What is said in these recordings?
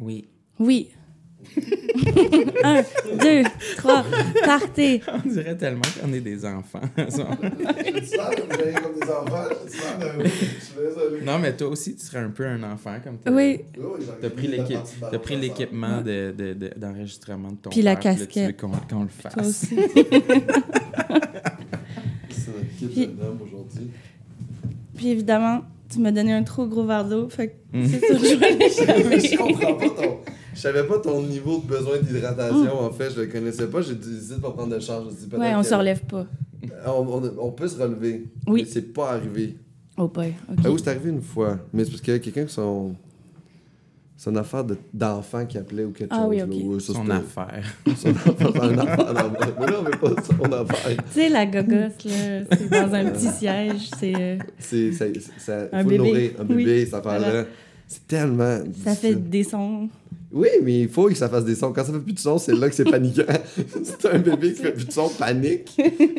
Oui. Oui. Un, deux, trois, partez. On dirait tellement qu'on est des enfants. Je dis ça, vous avez comme des enfants. Je dis ça, mais oui, je suis désolé. non, mais toi aussi, tu serais un peu un enfant comme t'as- Oui. Oh, Oui, j'aurais T'as pris mis la l'équipe, partie ballon t'as pris ensemble. l'équipement de- de- de- d'enregistrement de, ton Puis la père, là, tu casquette. veux qu'on qu'on le fasse. Toi aussi. C'est notre Puis- équipe de homme aujourd'hui. Puis évidemment, tu m'as donné un trop gros verre d'eau. Fait que Mm. c'est ça que je voulais je échapper. comprends pas ton. Je savais pas ton niveau de besoin d'hydratation, en fait. Je le connaissais pas. J'ai décidé de pas prendre de charge. Je dis peut-être Ouais, on que- se relève pas. On, on- on peut se relever. Oui. Mais c'est pas arrivé. Oh boy. Ah OK. oui, c'est arrivé une fois. Mais c'est parce qu'il y a quelqu'un qui son. Son affaire de- d'enfant qui appelait ou quelque Ah chose. oui, là. ok. Ouais, ça, Son c'était- affaire. Son affaire. Son affaire. d'enfant. Mais là, on veut pas son affaire. Tu sais, la gogosse, là, c'est dans un petit siège. C'est, euh, C'est. c'est- c'est- ça- Un faut bébé. le nourrir. Un bébé, Oui, cette affaire-là. voilà. C'est tellement. ça fait difficile. des sons. Oui, mais il faut que ça fasse des sons. Quand ça fait plus de sons, c'est là que c'est paniquant. c'est un bébé qui fait plus de sons, panique.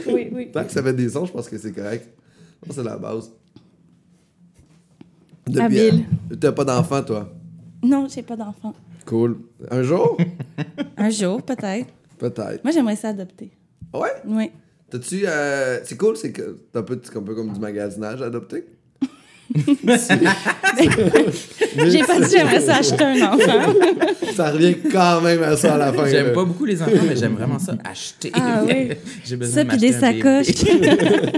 Oui, oui. Tant que ça fait des sons, je pense que c'est correct. Ça, c'est la base. Habile. T'as pas d'enfant, toi. Non, j'ai pas d'enfant. Cool. Un jour? Un jour, peut-être. Peut-être. Moi, j'aimerais ça adopter. Ouais? Oui. T'as-tu. euh, C'est cool, c'est que t'as un peu, c'est un peu comme du magasinage adopté. C'est- J'ai pas dit j'aimerais ça acheter un enfant. ça revient quand même à ça à la fin. J'aime là. pas beaucoup les enfants, mais j'aime vraiment ça. Acheter. Ah oui. J'ai besoin Ça, de puis des m'acheter un bébé. sacoches.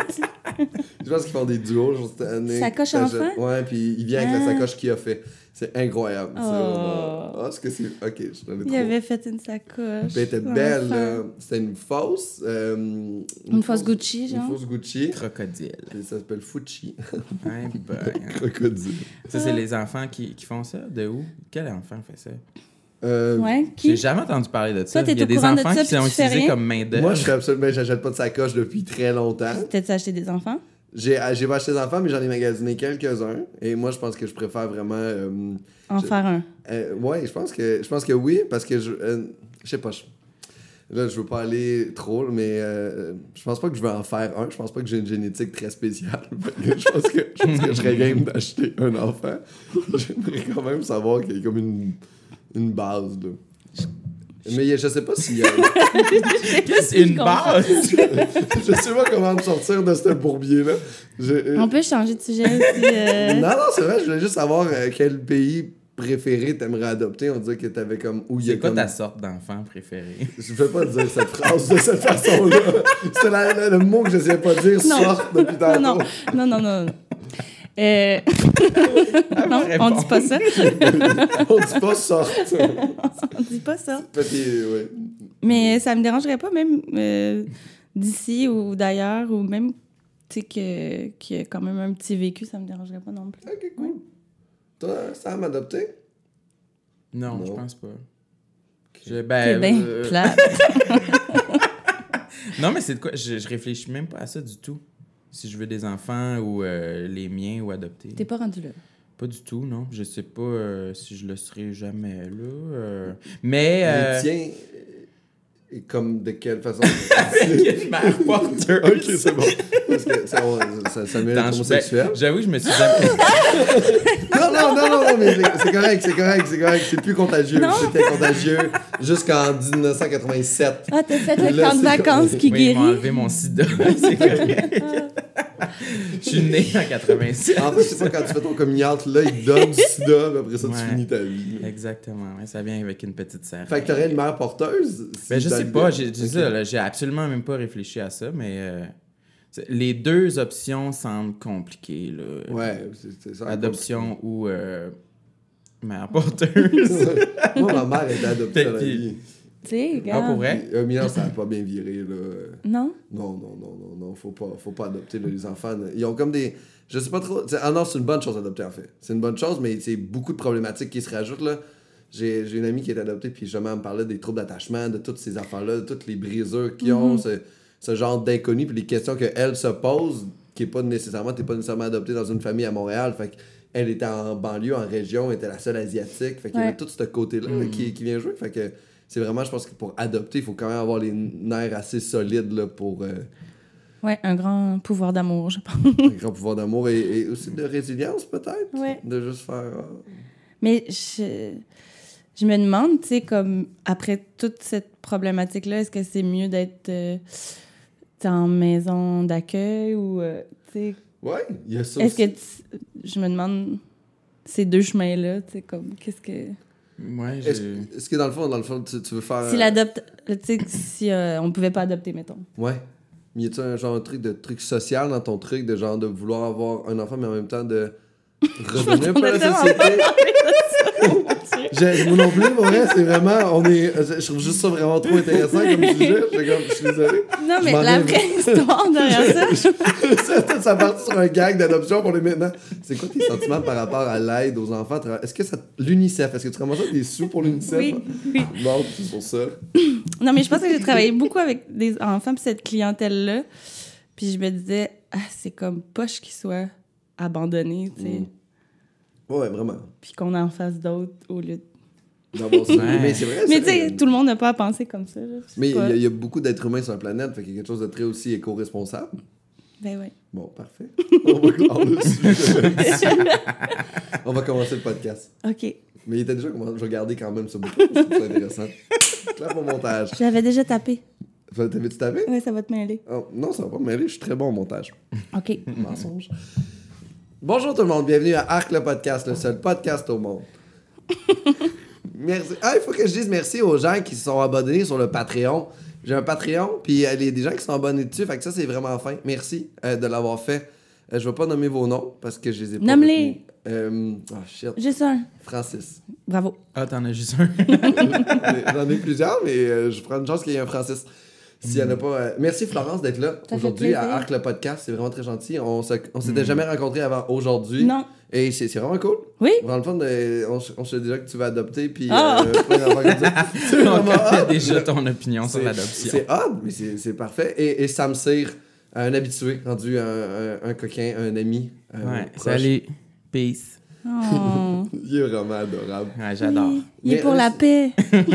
Je pense qu'ils font des duos genre, cette année. Sacoche T'achètes- enfant? Ouais, puis il vient avec la Ah. sacoche qu'il a fait. C'est incroyable. C'est Oh. vraiment- Ah, est-ce que c'est. Ok, je t'en ai Il trop. avait fait une sacoche. Puis elle était pour belle, enfant. là. C'était une fausse. euh, une, Une fausse Gucci, genre. Une fausse Gucci. Crocodile. Puis ça s'appelle Fuchi. Hein, ben. Crocodile. Ça, c'est les enfants qui, qui font ça. De où? Quel enfant fait ça? Euh, Ouais, J'ai qui? jamais entendu parler de ça. Toi, t'es Il y a au des courant de enfants ça, qui puis sont tu fais utilisés rien? comme main d'œuvre. Moi, je suis absolument. ben, J'achète pas de sacoche depuis très longtemps. Peut-être acheté des enfants. J'ai j'ai pas acheté d'enfants, mais j'en ai magasiné quelques-uns. Et moi, je pense que je préfère vraiment. euh, En Je- faire un. Euh, ouais, je pense que je pense que oui parce que je euh, je sais pas. Je, là, je veux pas aller trop, mais euh, je pense pas que je vais en faire un. Je pense pas que j'ai une génétique très spéciale. Fait que je pense que je pense que je serais game d'acheter un enfant. J'aimerais quand même savoir qu'il y a comme une une base là. Mais je sais pas euh, s'il y a. Qu'est-ce une comprends. base? je sais pas comment me sortir de ce bourbier là. On peut changer de sujet aussi. euh, Non, non, c'est vrai, je voulais juste savoir euh, quel pays préféré t'aimerais adopter. On dirait que t'avais comme. Où il y a C'est quoi comme- ta sorte d'enfant préférée? Je veux pas dire cette phrase de cette façon-là. C'était la- la- le mot que j'essayais pas de dire Non. sorte depuis tantôt. Non, non, non, non, non. non. Euh, non, on dit pas ça. On dit pas sorte. On dit pas ça. Petit, ouais. Mais ça me dérangerait pas, même euh, d'ici ou d'ailleurs, ou même, tu sais, que- qu'il y a quand même un petit vécu, ça me dérangerait pas non plus. Ok, cool. Toi, Sam, adopté? Non, Non. je pense pas. Je- C'est ben, bien euh, plate. Non, mais c'est de quoi? Je, je réfléchis même pas à ça du tout. Si je veux des enfants ou euh, les miens ou adopter. T'es pas rendu là. Pas du tout, non. Je sais pas euh, si je le serai jamais là. euh. Mais. Les euh, tiens, et comme de quelle façon? avec une mère porteuse. ok, c'est bon. Parce que ça, on- ça, ça met Dans- homosexuel. ben, J'avoue, que je me suis jamais. Non, non, non, non, non, mais c'est correct, c'est correct, c'est correct. C'est plus contagieux. Non. C'était contagieux jusqu'en 1987. Ah, t'as fait le Là, camp de c'est vacances qui Oui, ils m'ont guérit. enlevé mon sida. C'est correct. Je suis né en 87. En fait, c'est pas quand tu fais ton coming out, là, il te donne du sida, puis après ça, tu Ouais. finis ta vie. Exactement. ouais, ça vient avec une petite serre. Fait que t'aurais une mère porteuse? si Ben, je t'as sais le- pas, j'ai j'ai Ok. ça, là, j'ai absolument même pas réfléchi à ça, mais euh, c'est- les deux options semblent compliquées. Là. Ouais, c'est- c'est ça. Adoption ou euh, mère porteuse. Moi, ma mère était adoptée dans la Puis- vie. Tu sais, ah, pour regarde. vrai? Euh, mais non, ça a pas bien viré, là. Non? Non, non, non, non, non, faut pas, faut pas adopter, là, les enfants. là. Ils ont comme des... Je sais pas trop... t'sais, ah non, c'est une bonne chose d'adopter, en fait. C'est une bonne chose, mais c'est beaucoup de problématiques qui se rajoutent, là. J'ai j'ai une amie qui est adoptée, puis justement, elle me parlait des troubles d'attachement, de toutes ces affaires-là, de toutes les brisures qu'ils ont, ce, ce genre d'inconnu, puis les questions qu'elle se pose, qui est pas nécessairement... T'es pas nécessairement adopté dans une famille à Montréal, fait que elle était en banlieue, en région, elle était la seule asiatique, fait qu'il y Ouais. avait tout ce côté-là là, qui, qui vient jouer, fait que... C'est vraiment, je pense que pour adopter, il faut quand même avoir les nerfs assez solides là, pour euh, Ouais, un grand pouvoir d'amour, je pense. un grand pouvoir d'amour et, et aussi de résilience, peut-être. Ouais. De juste faire. ah, Mais je, je me demande, tu sais, comme après toute cette problématique-là, est-ce que c'est mieux d'être euh, t'sais, en maison d'accueil ou, euh, tu sais, Ouais, il y a ça est-ce que aussi. tu- je me demande ces deux chemins-là, tu sais, comme qu'est-ce que Ouais, Est-ce j'ai- est-ce que dans le fond, dans le fond, tu, tu veux faire. s'il adopte, tu sais, si euh, on pouvait pas adopter, mettons. euh, Ouais. Mais y a-tu un genre de truc de truc social dans ton truc, de genre de vouloir avoir un enfant, mais en même temps de revenir pour la m'attendais tellement société? Dieu. Je- Moi non plus, pour vrai, c'est vraiment. On est, je, je trouve juste ça vraiment trop intéressant comme sujet. Je, comme, je suis désolé. Non, Je mais m'en la vais. vraie histoire derrière ça. ça, ça part sur un gag d'adoption pour les maintenant. C'est quoi tes sentiments par rapport à l'aide aux enfants? Est-ce que ça. L'UNICEF, est-ce que tu commences à des sous pour l'UNICEF? Oui, oui. Non, c'est pour ça. Non, mais je pense que j'ai travaillé beaucoup avec des enfants puis cette clientèle-là. Puis je me disais, ah, c'est comme poche qu'ils soient abandonnés, tu sais, Mm. Ouais, vraiment. puis qu'on en fasse d'autres au lieu de... D'avoir ça. Ouais. Mais c'est vrai. Mais c'est- tu sais, tout le monde n'a pas à penser comme ça. Là. Je sais Mais il y, pas. a- il y a beaucoup d'êtres humains sur la planète, fait qu'il y a quelque chose de très aussi éco-responsable. Ben ouais. Bon, parfait. On va clore le sujet. On va commencer le podcast. OK. Mais il était déjà commencé. Je regardais quand même ce bouquin. C'est trop intéressant. Clap au montage. J'avais déjà tapé. Enfin, T'avais-tu tapé? Ouais, ça va te mêler. Oh, non, ça va pas, mais je suis très bon au montage. OK. Mensonge. Bonjour tout le monde, bienvenue à Arc le podcast, le seul podcast au monde. merci. Ah, il faut que je dise merci aux gens qui se sont abonnés sur le Patreon. J'ai un Patreon, puis euh, il y a des gens qui sont abonnés dessus, fait que ça c'est vraiment fin. Merci euh, de l'avoir fait. Euh, je vais pas nommer vos noms parce que je les ai pas. Nomme-les. retenus. Euh, oh shit. Juste un. Francis. Bravo. Ah, t'en as juste un. J'en ai plusieurs, mais euh, je prends une chance qu'il y ait un Francis. S'il y en a pas. euh, Merci Florence d'être là fait aujourd'hui à plaisir. Mm. Arc le podcast. C'est vraiment très gentil. On se- on s'était jamais rencontrés avant aujourd'hui. Non. Et c'est c'est vraiment cool. Oui? Dans le fond, euh, on, se- on se dit déjà que tu vas adopter, puis Ah! euh, plein d'affaires comme ça. C'est On vraiment connaît hot. déjà ton opinion sur C'est- l'adoption. C'est hot, mais c'est c'est parfait. Et, et Sam Cyr, un habitué, rendu un, un- un coquin, un ami. un Ouais, proche. salut. Peace. Oh. Il est vraiment adorable. Ouais, j'adore. Il est Mais pour eux, la c'est- paix.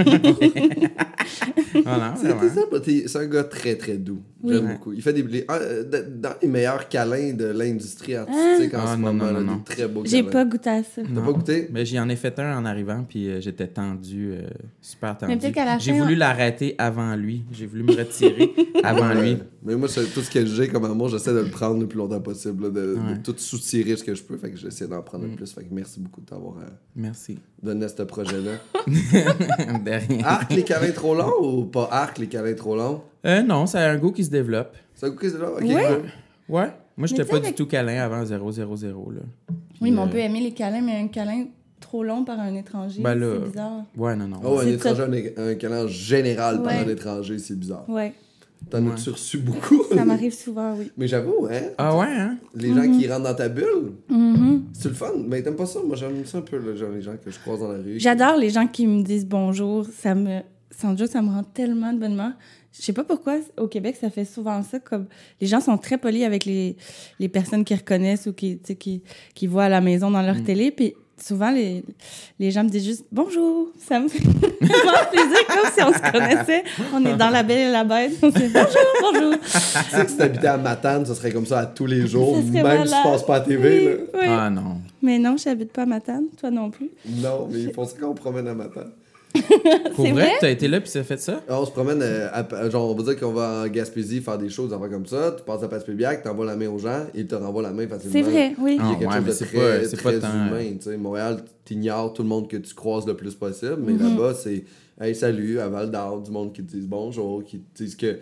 Ah non, C'est vraiment. ça, t'es- c'est un gars très très doux. Oui. J'aime Ouais. beaucoup. Il fait des les- ah, euh, d- dans les meilleurs câlins de l'industrie artistique en Ah, ce non, moment. non, là, non, non. Des très beaux J'ai câlins. pas goûté à ça. T'as Non. pas goûté? Mais j'y en ai fait un en arrivant, puis euh, j'étais tendu, euh, super tendu. Mais peut-être qu'à la J'ai fin, voulu on- l'arrêter avant lui. J'ai voulu me retirer avant lui. Ouais. Mais moi, c'est- tout ce que j'ai comme amour, j'essaie de le prendre le plus longtemps possible, là, de, de Ouais. Mm. tout soutirer ce que je peux. Fait que j'essaie d'en prendre le plus. Fait que merci beaucoup de t'avoir euh, Merci. donné ce projet-là. De rien. Arc les câlins trop longs ou pas arc les câlins trop longs? Euh, non, ça a un goût qui se développe. Ça vous coûte là? Ok, Ouais. cool. Ouais. Moi, j'étais tu sais, pas du avec- tout câlin avant 000. Là. Oui, mais euh, on peut aimer les câlins, mais un câlin trop long par un étranger, Ben là- c'est bizarre. Ouais, non, non. Oh, un C'est étranger, un, é- un câlin général par Ouais. un étranger, c'est bizarre. Ouais, T'en Ouais. as-tu reçu beaucoup? ça m'arrive Mm-hmm. souvent, oui. Mais j'avoue, hein? Ah ouais, hein? Les gens qui rentrent dans ta bulle, Mm-hmm. c'est le fun. Mais t'aimes pas ça? Moi, j'aime ça un peu, là, genre, les gens que je croise dans la rue. J'adore les gens qui me disent bonjour. Ça me, sans doute, ça me rend tellement de bonne humeur. Je sais pas pourquoi au Québec ça fait souvent ça. Comme les gens sont très polis avec les, les personnes qu'ils reconnaissent ou qui, tu sais, qui, qui voient à la maison dans leur télé. Puis souvent les, les gens me disent juste bonjour. Ça me fait vraiment plaisir comme si on se connaissait. On est dans la Belle et la Bête. On se dit bonjour, bonjour. Tu sais que si t'habitais à Matane, ça serait comme ça à tous les jours, Ça même serait si tu malade. passes pas à TV. là. Oui, oui. Ah non. Mais non, je n'habite pas à Matane, toi non plus. Non, mais ils font ça quand on promène à matin. Pour C'est vrai, vrai? t'as été là, puis ça fait ça? On se promène, euh, à- genre, on va dire qu'on va en Gaspésie faire des choses, des affaires comme ça. Tu passes à Passepébiac, t'envoies la main aux gens, ils te renvoient la main facilement. C'est vrai, Il oui. y a Ah, quelque ouais, mais chose de c'est très, pas- c'est très pas tant- euh, humain. tu sais. Montréal, t'ignores tout le monde que tu croises le plus possible, mais là-bas, c'est Hey, salut, à Val d'Or, du monde qui te disent bonjour, qui te disent que.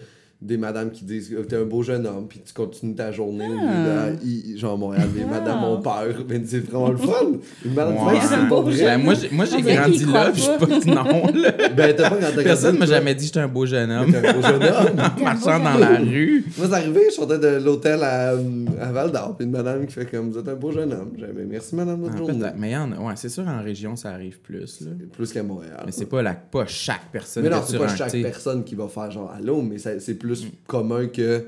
Des madames qui disent que t'es un beau jeune homme, puis tu continues ta journée. au lieu de, Ah, i- genre, Montréal, des Ah. madames ont peur. Mais c'est vraiment le fun. Une madame Ouais. dit, c'est pas vrai. Ben, moi, j'ai moi, On j'ai dirait grandi qu'ils y là, puis je croient suis pas... Non, là. Ben, t'as pas quand t'as Personne grandi, m'a toi, jamais dit que j'étais un beau jeune homme. t'es un beau jeune homme. Marchant dans la rue. Moi, c'est arrivé, je sortais de l'hôtel à, à Val d'Or, puis une madame qui fait comme Vous êtes un beau jeune homme. J'ai dit, Mais merci, madame, Ah, votre journée. peut-être. mais y en a- ouais, c'est sûr, en région, ça arrive plus. Là. Plus qu'à Montréal. Mais c'est pas, la, pas chaque personne Mais non, que c'est tu pas rentres, chaque t'sais. personne qui va faire genre allô, mais ça- c'est Mm. plus commun que.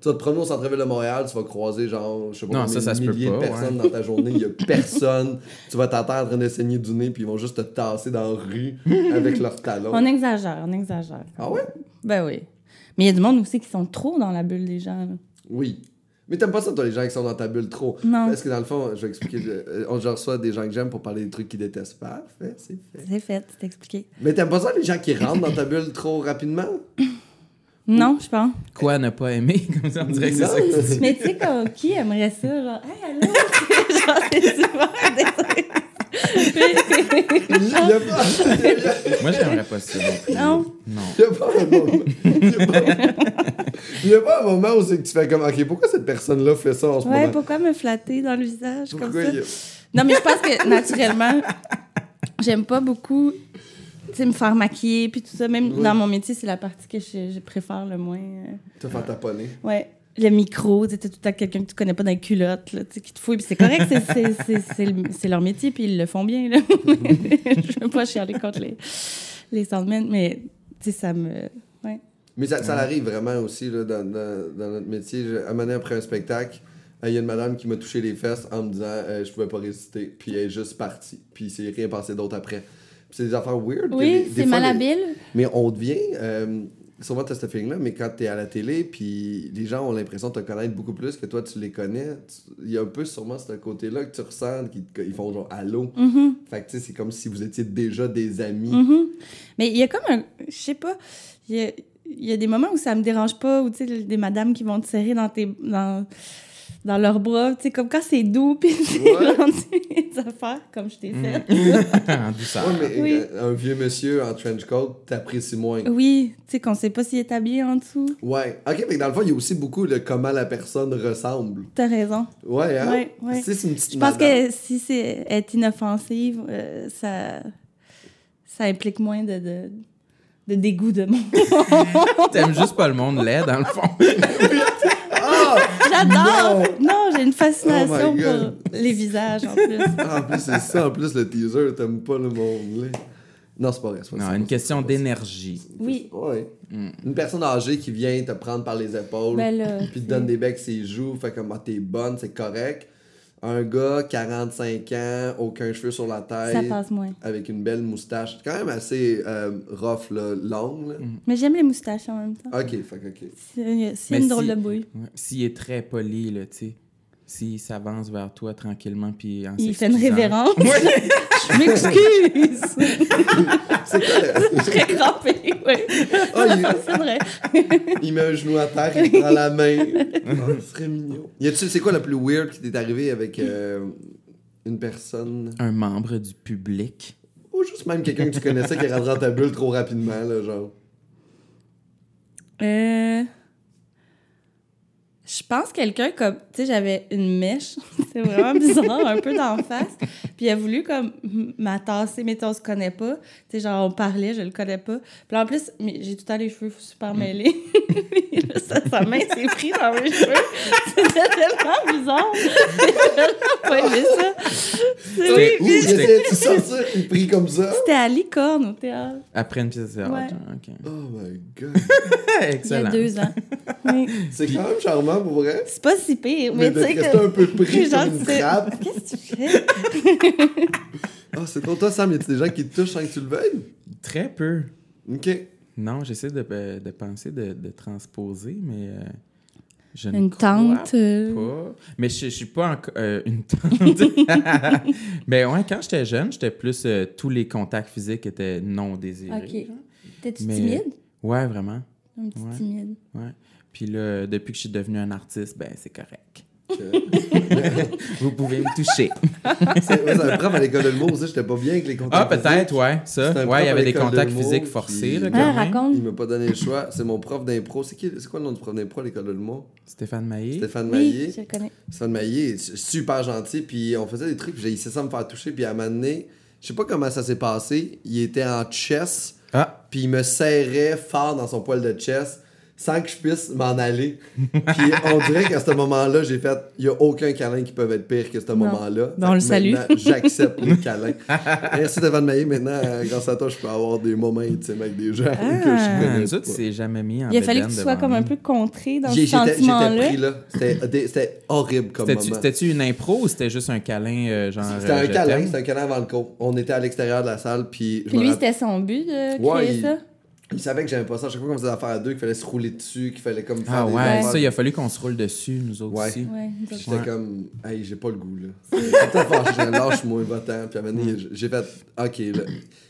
Tu vas te promener au centre-ville de Montréal, tu vas croiser genre, je sais pas, Non, combien ça, ça de se peut milliers de pas, personnes dans ta journée, il y a personne. Tu vas t'attendre en train de saigner du nez, puis ils vont juste te tasser dans la rue avec leurs talons. On exagère, on exagère. Ah ouais? Ben oui. Mais il y a du monde aussi qui sont trop dans la bulle des gens. là. Oui. Mais t'aimes pas ça, toi, les gens qui sont dans ta bulle trop. Non. Parce que dans le fond, je vais expliquer, je, euh, on je reçois des gens que j'aime pour parler des trucs qu'ils détestent. Parfait, c'est fait. C'est fait, c'est expliqué. Mais t'aimes pas ça, les gens qui rentrent dans ta bulle trop rapidement? Non, je pense. Quoi ne pas aimer? Comme ça, on dirait que c'est ça que tu dis. Mais tu sais, comme, qui aimerait ça? Genre, hey, allô? genre, c'est super désolé. Il y a pas, Moi, j'aimerais pas ça non plus. Non. Non. il y a pas un moment. Il y a pas- il y a pas un moment où c'est que tu fais comme, OK, pourquoi cette personne-là fait ça en ce Ouais, moment? pourquoi me flatter dans le visage comme Pourquoi ça? il y a- Non, mais je pense que naturellement, j'aime pas beaucoup tu sais, me faire maquiller puis tout ça. Même Oui. dans mon métier, c'est la partie que je, je préfère le moins. euh. Te faire taponner. Ouais. Le micro, tu sais, t'as tout le temps quelqu'un que tu connais pas dans les culottes, là, tu sais, qui te fouille. Puis c'est correct, c'est- c'est- c'est- c'est le- c'est leur métier, puis ils le font bien. Là. je veux pas chialer contre les, les soundmen, mais tu sais, ça me. Ouais. Mais ça, ça arrive vraiment aussi là, dans, dans- dans notre métier. Je, à un moment donné, après un spectacle, euh, il y a une madame qui m'a touché les fesses en me disant euh, je pouvais pas résister. Puis elle est juste partie. Puis il s'est rien passé d'autre après. Puis c'est des affaires weird. que des- Oui, des c'est fois, les- malhabile. Mais on devient. euh, souvent, t'as ce feeling-là, mais quand t'es à la télé, puis les gens ont l'impression de te connaître beaucoup plus que toi, tu les connais. tu- Il y a un peu sûrement ce côté-là que tu ressens, qu'ils te- ils font genre allô. Mhm, Fait que tu sais, c'est comme si vous étiez déjà des amis. mhm. Mais il y a comme un. Je sais pas. Il y a, il y a des moments où ça me dérange pas, ou tu sais, des madames qui vont te serrer dans tes. Dans, dans leurs bras, tu sais, comme quand c'est doux, puis c'est Ouais. Mm. gentil, des affaires, comme je t'ai fait. En douceur. Ouais, mais Oui. euh, un vieux monsieur en trench coat, t'apprécies moins. Oui, tu sais, qu'on sait pas s'il est habillé en dessous. Ouais. OK, mais dans le fond, il y a aussi beaucoup de comment la personne ressemble. T'as raison. Ouais, hein? Ouais, ouais. Tu sais, c'est une petite Je pense madame. que si c'est être inoffensive, euh, ça, ça implique moins de, de, de dégoût de mon. T'aimes juste pas le monde laid, dans le fond. Ah! J'adore! Non, j'ai une Oh fascination my pour God. les visages en plus. Ah, en plus, c'est ça. En plus, le teaser, t'aimes pas le monde. là. Non, c'est pas vrai. c'est pas Non, ça, c'est une pas question ça. d'énergie. Oui. Ouais. Mm. Une personne âgée qui vient te prendre par les épaules, Ben là, puis te c'est- donne des becs ses joues, fait comme, ah, t'es bonne, c'est correct. Un gars, 45 ans, aucun cheveu sur la Ça tête, passe moins. avec une belle moustache, quand même assez euh, rough, là, longue. là. Mais j'aime les moustaches en même temps. Ok, fait que, ok. C'est c'est Mais une drôle si- de bouille. Ouais. S'il est très poli, là, tu sais. S'il s'avance vers toi tranquillement, puis en Il fait une s'excusant. révérence. Je m'excuse! C'est quoi le- Je serais crampée, oui. Ah, il- C'est vrai. Il met un genou à terre, il prend la main. Oh, ce serait mignon. Y a-tu, c'est quoi la plus weird qui t'est arrivé avec euh, une personne Un membre du public. Ou juste même quelqu'un que tu connaissais qui est rentré dans ta bulle trop rapidement, là, genre. Euh, Je pense quelqu'un comme. Tu sais, j'avais une mèche. C'est vraiment bizarre, un peu d'en face. Puis il a voulu comme m- m'attasser, mais tu sais, on se connaît pas. Tu sais, genre, on parlait, je le connais pas. Puis en plus, mais j'ai tout le temps les cheveux super mêlés. Puis là, sa, sa main s'est prise dans mes cheveux. C'était tellement bizarre. J'ai tellement pas aimé ça. C'est- C'était oui, où? Ouh, puis- il essayait de sortir, il prie comme ça. C'était à Licorne au théâtre. Après une pièce de théâtre. Ouais. genre, ah, ok. Oh my god. Il y a Excellent. deux ans. Oui. C'est quand même charmant pour vrai. C'est pas si pire, Mais mais, de tu sais rester que. un peu pris Genre, comme une c'est- trappe. Qu'est-ce que tu fais? Oh, c'est pour toi, Sam, y a des gens qui te touchent sans que tu le veuilles Très peu. Ok. Non, j'essaie de, euh, de penser de, de transposer, mais euh, je ne Une crois tente. euh, pas. Mais je, je suis pas encore une tante. mais ouais, quand j'étais jeune, j'étais plus euh, tous les contacts physiques étaient non désirés. Ok. genre. T'es-tu Mais- timide? Ouais, vraiment. Un petit ouais. timide. Ouais. Puis là, depuis que je suis devenu un artiste, ben c'est correct. Vous pouvez me toucher. C'est ouais, c'est un prof à l'école de l'humour aussi, j'étais pas bien avec les contacts. ah, peut-être, ouais, C'est un ça. prof Ouais, il y à avait des l'école de contacts l'humour physiques qui- forcés, là, Ouais, quand Ah, même. raconte. Il m'a pas donné le choix. C'est mon prof d'impro. C'est qui, c'est quoi le nom du prof d'impro à l'école de l'humour? Stéphane Maillé. Stéphane Maillé. Oui, je le connais. Stéphane Maillé est super gentil, puis on faisait des trucs, puis j'ai essayé ça me faire toucher, puis à un moment donné, je sais pas comment ça s'est passé, il était en chess, Ah, puis il me serrait fort dans son poil de chess, sans que je puisse m'en aller. Puis on dirait qu'à ce moment-là, j'ai fait, il y a aucun câlin qui peut être pire que ce moment-là. Ben, on le Fait que salue. maintenant, J'accepte le câlin. Merci Stéphane Maillé, maintenant, euh, grâce à toi, je peux avoir des moments intimes avec des gens que Ah. je connais nous autres, pas. c'est jamais mis en Il a fallu que bedaine tu sois devant comme un nous. peu contré dans J'ai- ce J'étais j'étais sentiment-là. pris là. C'était des- C'était horrible comme C'était-tu- moment. C'était-tu une impro ou c'était juste un câlin, euh, genre. C'était euh, un je câlin, t'aime? c'était un câlin avant le cours. On était à l'extérieur de la salle, puis je Puis me lui, rappelle- c'était son but de créer Ouais, il- ça. Il savait que j'aimais pas ça. À chaque fois qu'on faisait affaire à deux, qu'il fallait se rouler dessus, qu'il fallait comme faire Ah des ouais, affaires. ça, il a fallu qu'on se roule dessus, nous autres Ouais. aussi. Ouais, nous Puis autres. J'étais Ouais. comme, hey, j'ai pas le goût, là. J'étais fâché, lâche-moi, va-t'en. Puis à un moment donné, j'ai fait, ok, là.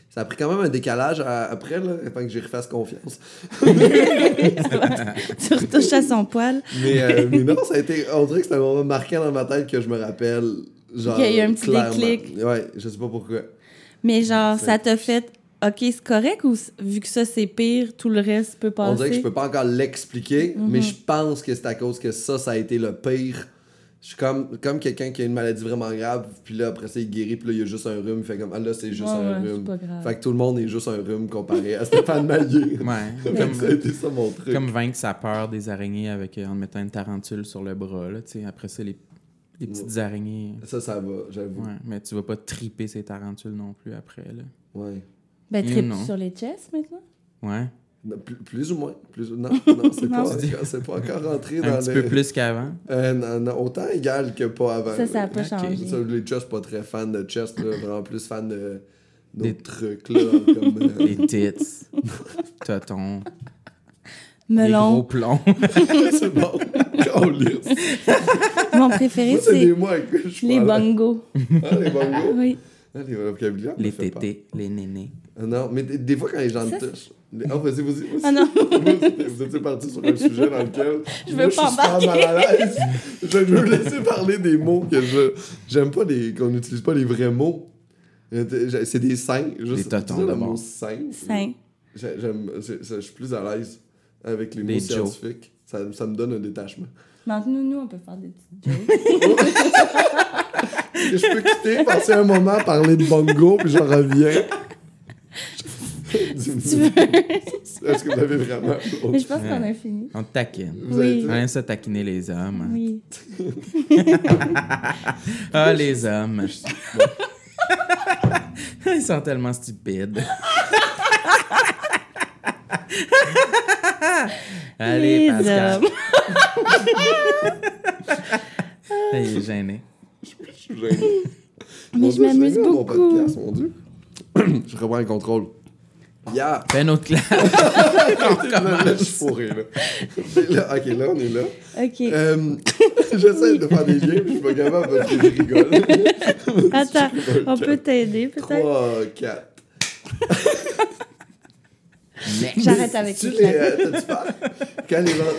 Ça a pris quand même un décalage à- après, là, afin que j'y refasse confiance. tu retouches à son poil. Mais, euh, mais non, ça a été, on dirait que c'était un moment marquant dans ma tête que je me rappelle. Genre, Il y a eu un petit clairement. déclic. Ouais, je sais pas pourquoi. Mais genre, C'est- ça t'a fait. Ok, c'est correct ou c- vu que ça c'est pire, tout le reste peut passer? On dirait que je peux pas encore l'expliquer, Mhm. mais je pense que c'est à cause que ça, ça a été le pire. Je suis comme, comme quelqu'un qui a une maladie vraiment grave, puis là, après ça, il guérit, puis là, il y a juste un rhume. Fait comme, ah là, c'est juste Ouais, un ouais, c'est rhume. pas grave. Euh, Fait que tout le monde est juste un rhume comparé à Stéphane Malgué. Ouais. Fait que ça a Comme, été ça mon truc. comme vaincre sa peur des araignées avec, euh, en mettant une tarentule sur le bras. Là, tu sais. Après ça, les, les petites araignées. Ça, ça va, j'avoue. Ouais, mais tu vas pas triper ces tarentules non plus après. Là. Ouais. Ben, You tripes know. sur les chests maintenant? Ouais, Non, plus, plus ou moins. Plus ou... Non, non, c'est Non. pas, encore- c'est pas encore rentré un dans petit le. peu plus qu'avant. Euh, non, non, autant égal que pas avant. Ça, ça a pas ok. changé. Ça, les chess, pas très fan de chess, là, vraiment plus fan de d'autres Des- trucs, là, comme... euh, Les tits, toton, les gros Melon. plombs. c'est bon. Câlisse. Mon préféré, Moi, c'est des c'est mots avec que je les parle. bongos. Ah, les bongos. Oui. Ah, les vocabulaires. les me fait peur. tétés, les nénés. Ah, non, mais des, des fois, quand les gens Ça, me touchent... les- Ah, vas-y, vas-y. vas-y. Ah non. Vous étiez parti sur un sujet dans lequel Je moi, veux suis pas embarquer. super mal à l'aise. Je veux laisser parler des mots que je j'aime pas les qu'on n'utilise pas les vrais mots. Euh, C'est des saints. Juste, Des tontons tu sais, le d'abord. mot saint. Sain. J'ai- J'aime, j'ai- je suis plus à l'aise avec les Des mots jokes. scientifiques. Ça, ça me donne un détachement. Maintenant, nous, on peut faire des petites jokes. Que je peux quitter, passer un moment, parler de bongo, puis je reviens. tu veux. Est-ce que vous avez vraiment. Mais je pense qu'on a fini. On te taquine. Vous avez- Oui. On aime ça taquiner les hommes. Oui. Ah, les hommes. Ils sont tellement stupides. Allez, Les Pascal. hommes. Il est gêné. Je suis gêné. Mais je Mon Dieu, m'amuse c'est vrai, mon beaucoup. podcast, mon Dieu. je reprends le contrôle. Yeah! Fais un autre clap. Ah, Là, je suis fourré, là. Et là, Ok, là, on est là. OK. Euh, J'essaie de faire des liens, mais je suis pas capable parce que je rigole. Attends, on peut t'aider peut-être? 3, 4. Next. J'arrête avec tu les. les claques. euh, t'as-tu peur? Quand les gens.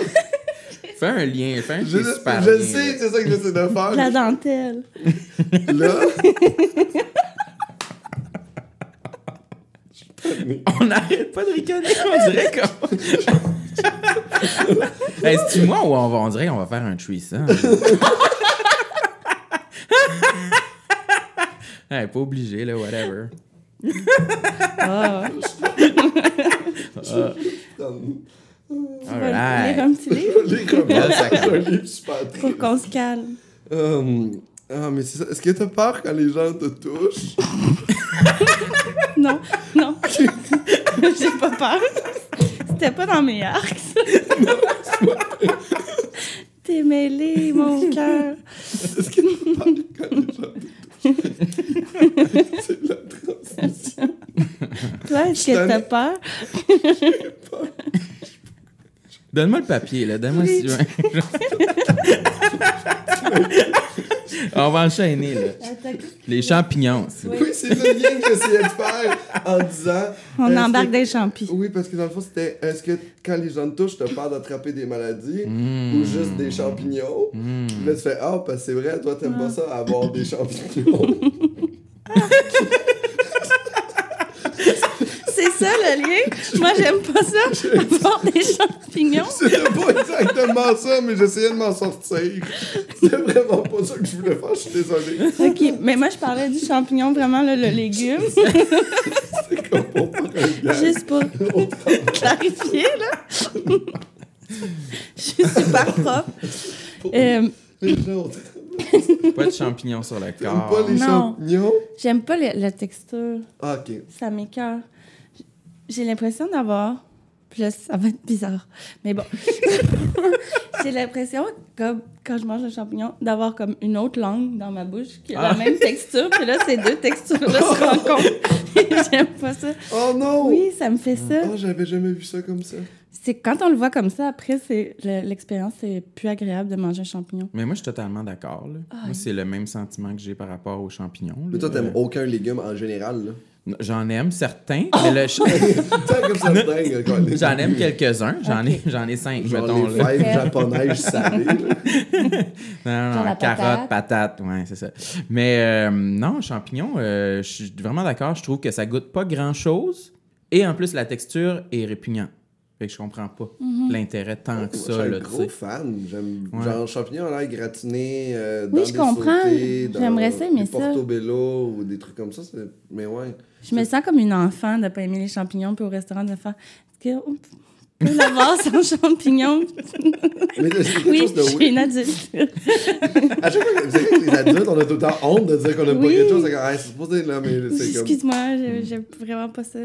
Fais un lien. Fais un Je, qui est super je le lien, sais, là. c'est ça que j'essaie de faire. De La dentelle. Là. On n'arrête pas de ricaner. On dirait comme. Est-ce que moi ou on, va, on dirait qu'on va faire un threesome? hey, pas obligé, là, whatever. Ah. Tu vas Alright. lire un petit livre Je l'ai comme Yeah, ça un livre super pour triste. qu'on se calme. Hum, Ah, mais c'est ça. Est-ce que t'as peur quand les gens te touchent? Non, non. J'ai pas peur. C'était pas dans mes arcs. ça. T'es mêlé, mon cœur. Est-ce que t'as peur quand les gens te touchent? c'est de la transition. Toi, est-ce que t'as peur? Donne-moi le papier, là. Donne-moi si Oui. tu veux. On va enchaîner, là. Les champignons. c'est- Oui. Oui, c'est le lien que j'essayais de faire en disant. On est-ce embarque que- des champis. Oui, parce que dans le fond, c'était est-ce que quand les gens te touchent, t'as peur d'attraper des maladies ou juste des champignons? Puis là, tu fais Ah, parce que c'est vrai, toi, t'aimes pas ça, avoir des champignons. C'est ça le lien? Moi, j'aime pas ça. Avoir des champignons. C'était pas exactement ça, mais j'essayais de m'en sortir. C'était vraiment pas ça que je voulais faire, je suis désolé. OK, mais moi, je parlais du champignon, vraiment, là, le légume. C'est comme pour faire un gag. Juste pour clarifier, là. Je suis super propre. Euh, Les gens ont- Pas de champignons sur le t'aimes corps. pas les Non. champignons? J'aime pas le- la texture. Ah, ok. Ça m'écœure. J'ai l'impression d'avoir. Puis là, ça va être bizarre. Mais bon. J'ai l'impression, comme quand je mange un champignon, d'avoir comme une autre langue dans ma bouche qui a Ah. la même texture. Puis là, ces deux textures-là se rencontrent. J'aime pas ça. Oh non! Oui, hein? ça me fait ça. Oh, j'avais jamais vu ça comme ça. C'est quand on le voit comme ça, après, c'est le- l'expérience, c'est plus agréable de manger un champignon. Mais moi, je suis totalement d'accord. là. Ah, moi, oui. c'est le même sentiment que j'ai par rapport aux champignons. Mais toi, là. t'aimes aucun légume en général, là. Euh, J'en aime certains. mais le ch- T'as comme ça de dingue, quoi. Les- J'en aime quelques-uns. J'en ai, j'en ai cinq, Genre mettons. les là. fèves japonaises salées, là. Non, non, Genre non, la carotte, patate, ouais, c'est ça. Mais euh, non, champignon, euh, je suis vraiment d'accord. Je trouve que ça goûte pas grand-chose. Et en plus, la texture est répugnante. Fait que je comprends pas Mhm. l'intérêt tant que Je suis ça, un là, tu sais. Oh, gros fan. J'aime Ouais. genre champignons à l'air gratiné euh, dans Oui, je des comprends. sautés, dans J'aimerais ça, mais des ça- portobello ou des trucs comme ça. c'est- Mais ouais. Je me sens comme une enfant de pas aimer les champignons, puis au restaurant de faire. Est-ce qu'on peut l'avoir sans champignons? Mais là, c'est quelque Oui, chose je de suis une adulte. À chaque fois que vous savez, les adultes, on a tout le temps honte de dire qu'on aime pas Oui. quelque chose. C'est comme, Hey, c'est supposé, là, mais c'est comme. Hmm. Excuse-moi, je- j'aime vraiment pas ça.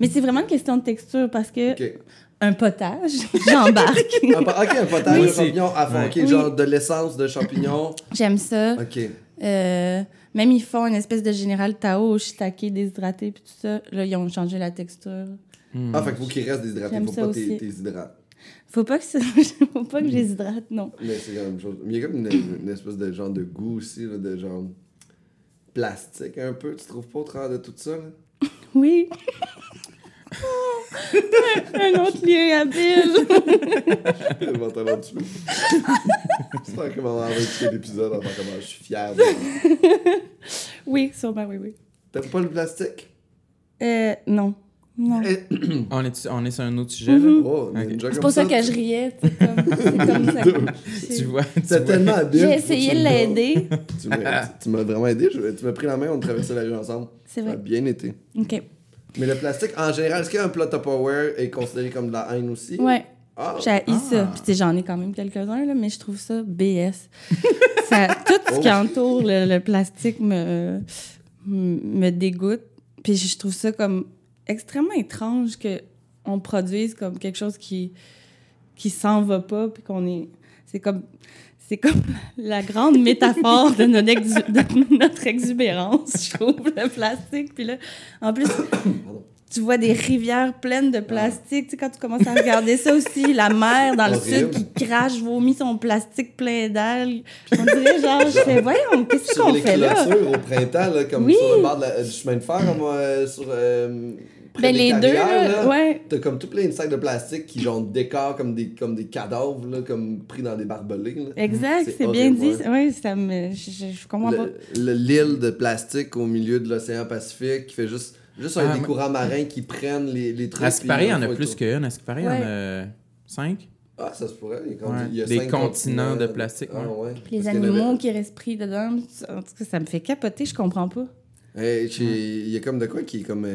Mais c'est vraiment une question de texture parce que Ok. un potage, j'embarque. Un pa- ok, un potage Oui. de champignons à fond. Ouais. ok, Oui. genre de l'essence de champignons. J'aime ça. Ok. Euh, même ils font une espèce de général Tao au shiitake déshydraté puis tout ça. Là, ils ont changé la texture. Hmm. Ah, fait qu'il faut qu'ils restent déshydratés. J'aime Faut ça pas aussi. tes tes hydrates. Faut pas que ça... faut Hmm. pas que je les hydrate, non. Mais c'est la même chose. Mais il y a comme une, une espèce de genre de goût aussi, là, de genre plastique un peu. Tu trouves pas au travers de tout ça? Là? Oui. Ah, un autre lien habile. Le mental en dessous. J'espère que maman va écouter l'épisode, enfin comment je suis fier. de- Oui, sûrement, oui, oui. T'aimes pas le plastique? Euh, non. Non. Eh, On, est, on est sur un autre sujet, Mhm. là? Oh, il y a une joke Ok. C'est comme pour ça que je riais. C'est comme, c'est comme ça. Tu C'est- vois, tu T'as vois. tellement habile. J'ai essayé Tu de m'as- l'aider. Tu m'as tu m'as vraiment aidé. je- Tu m'as pris la main, on traversait la rue ensemble. C'est Ça a vrai. bien été. OK. Mais le plastique, en général, est-ce qu'un plat Tupperware est considéré comme de la haine aussi? Ouais. Ah, J'ai haï ça. Ah. Puis, tu sais, j'en ai quand même quelques-uns, là, mais je trouve ça BS. ça, tout ce qui Oh. entoure le, le plastique me, me dégoûte. Puis, je trouve ça comme extrêmement étrange qu'on produise comme quelque chose qui, qui s'en va pas, puis qu'on est. C'est comme. C'est comme la grande métaphore de notre, exu- de notre exubérance, je trouve, le plastique. Puis là, en plus, tu vois des rivières pleines de plastique. Tu sais, quand tu commences à regarder ça aussi, la mer dans le sud Horrible. qui crache, vomit son plastique plein d'algues. On dirait genre, je fais, voyons, qu'est-ce sur qu'on les fait là? clôtures au printemps, là, comme Oui. sur le bord de la- du chemin de fer, comme, euh, sur. euh, près Ben, des les deux, carrières, là, ouais. T'as comme tout plein de sacs de plastique qui, genre, décorent comme des, comme des cadavres, là, comme pris dans des barbelés. là. Exact, C'est c'est bien horrible, dit. ouais. Oui, ça me. Je, je- je comprends pas. Le- le- L'île de plastique au milieu de l'océan Pacifique qui fait juste, juste un Ah, des mais- courants marins qui prennent les, les trucs. À ce qui puis paraît, il ils y en a font plus autour. qu'une. À ce qui paraît, il y en Ouais. a cinq. Ah, ça se pourrait. Il y a, quand- Ouais. il y a Des cinq continents de continents. plastique, Ah, ouais. ouais. Les Parce qu'il y en animaux avait- qui restent pris dedans, en tout cas, ça me fait capoter, je comprends pas. Hey, j'ai- il y a comme de quoi qui est comme. euh,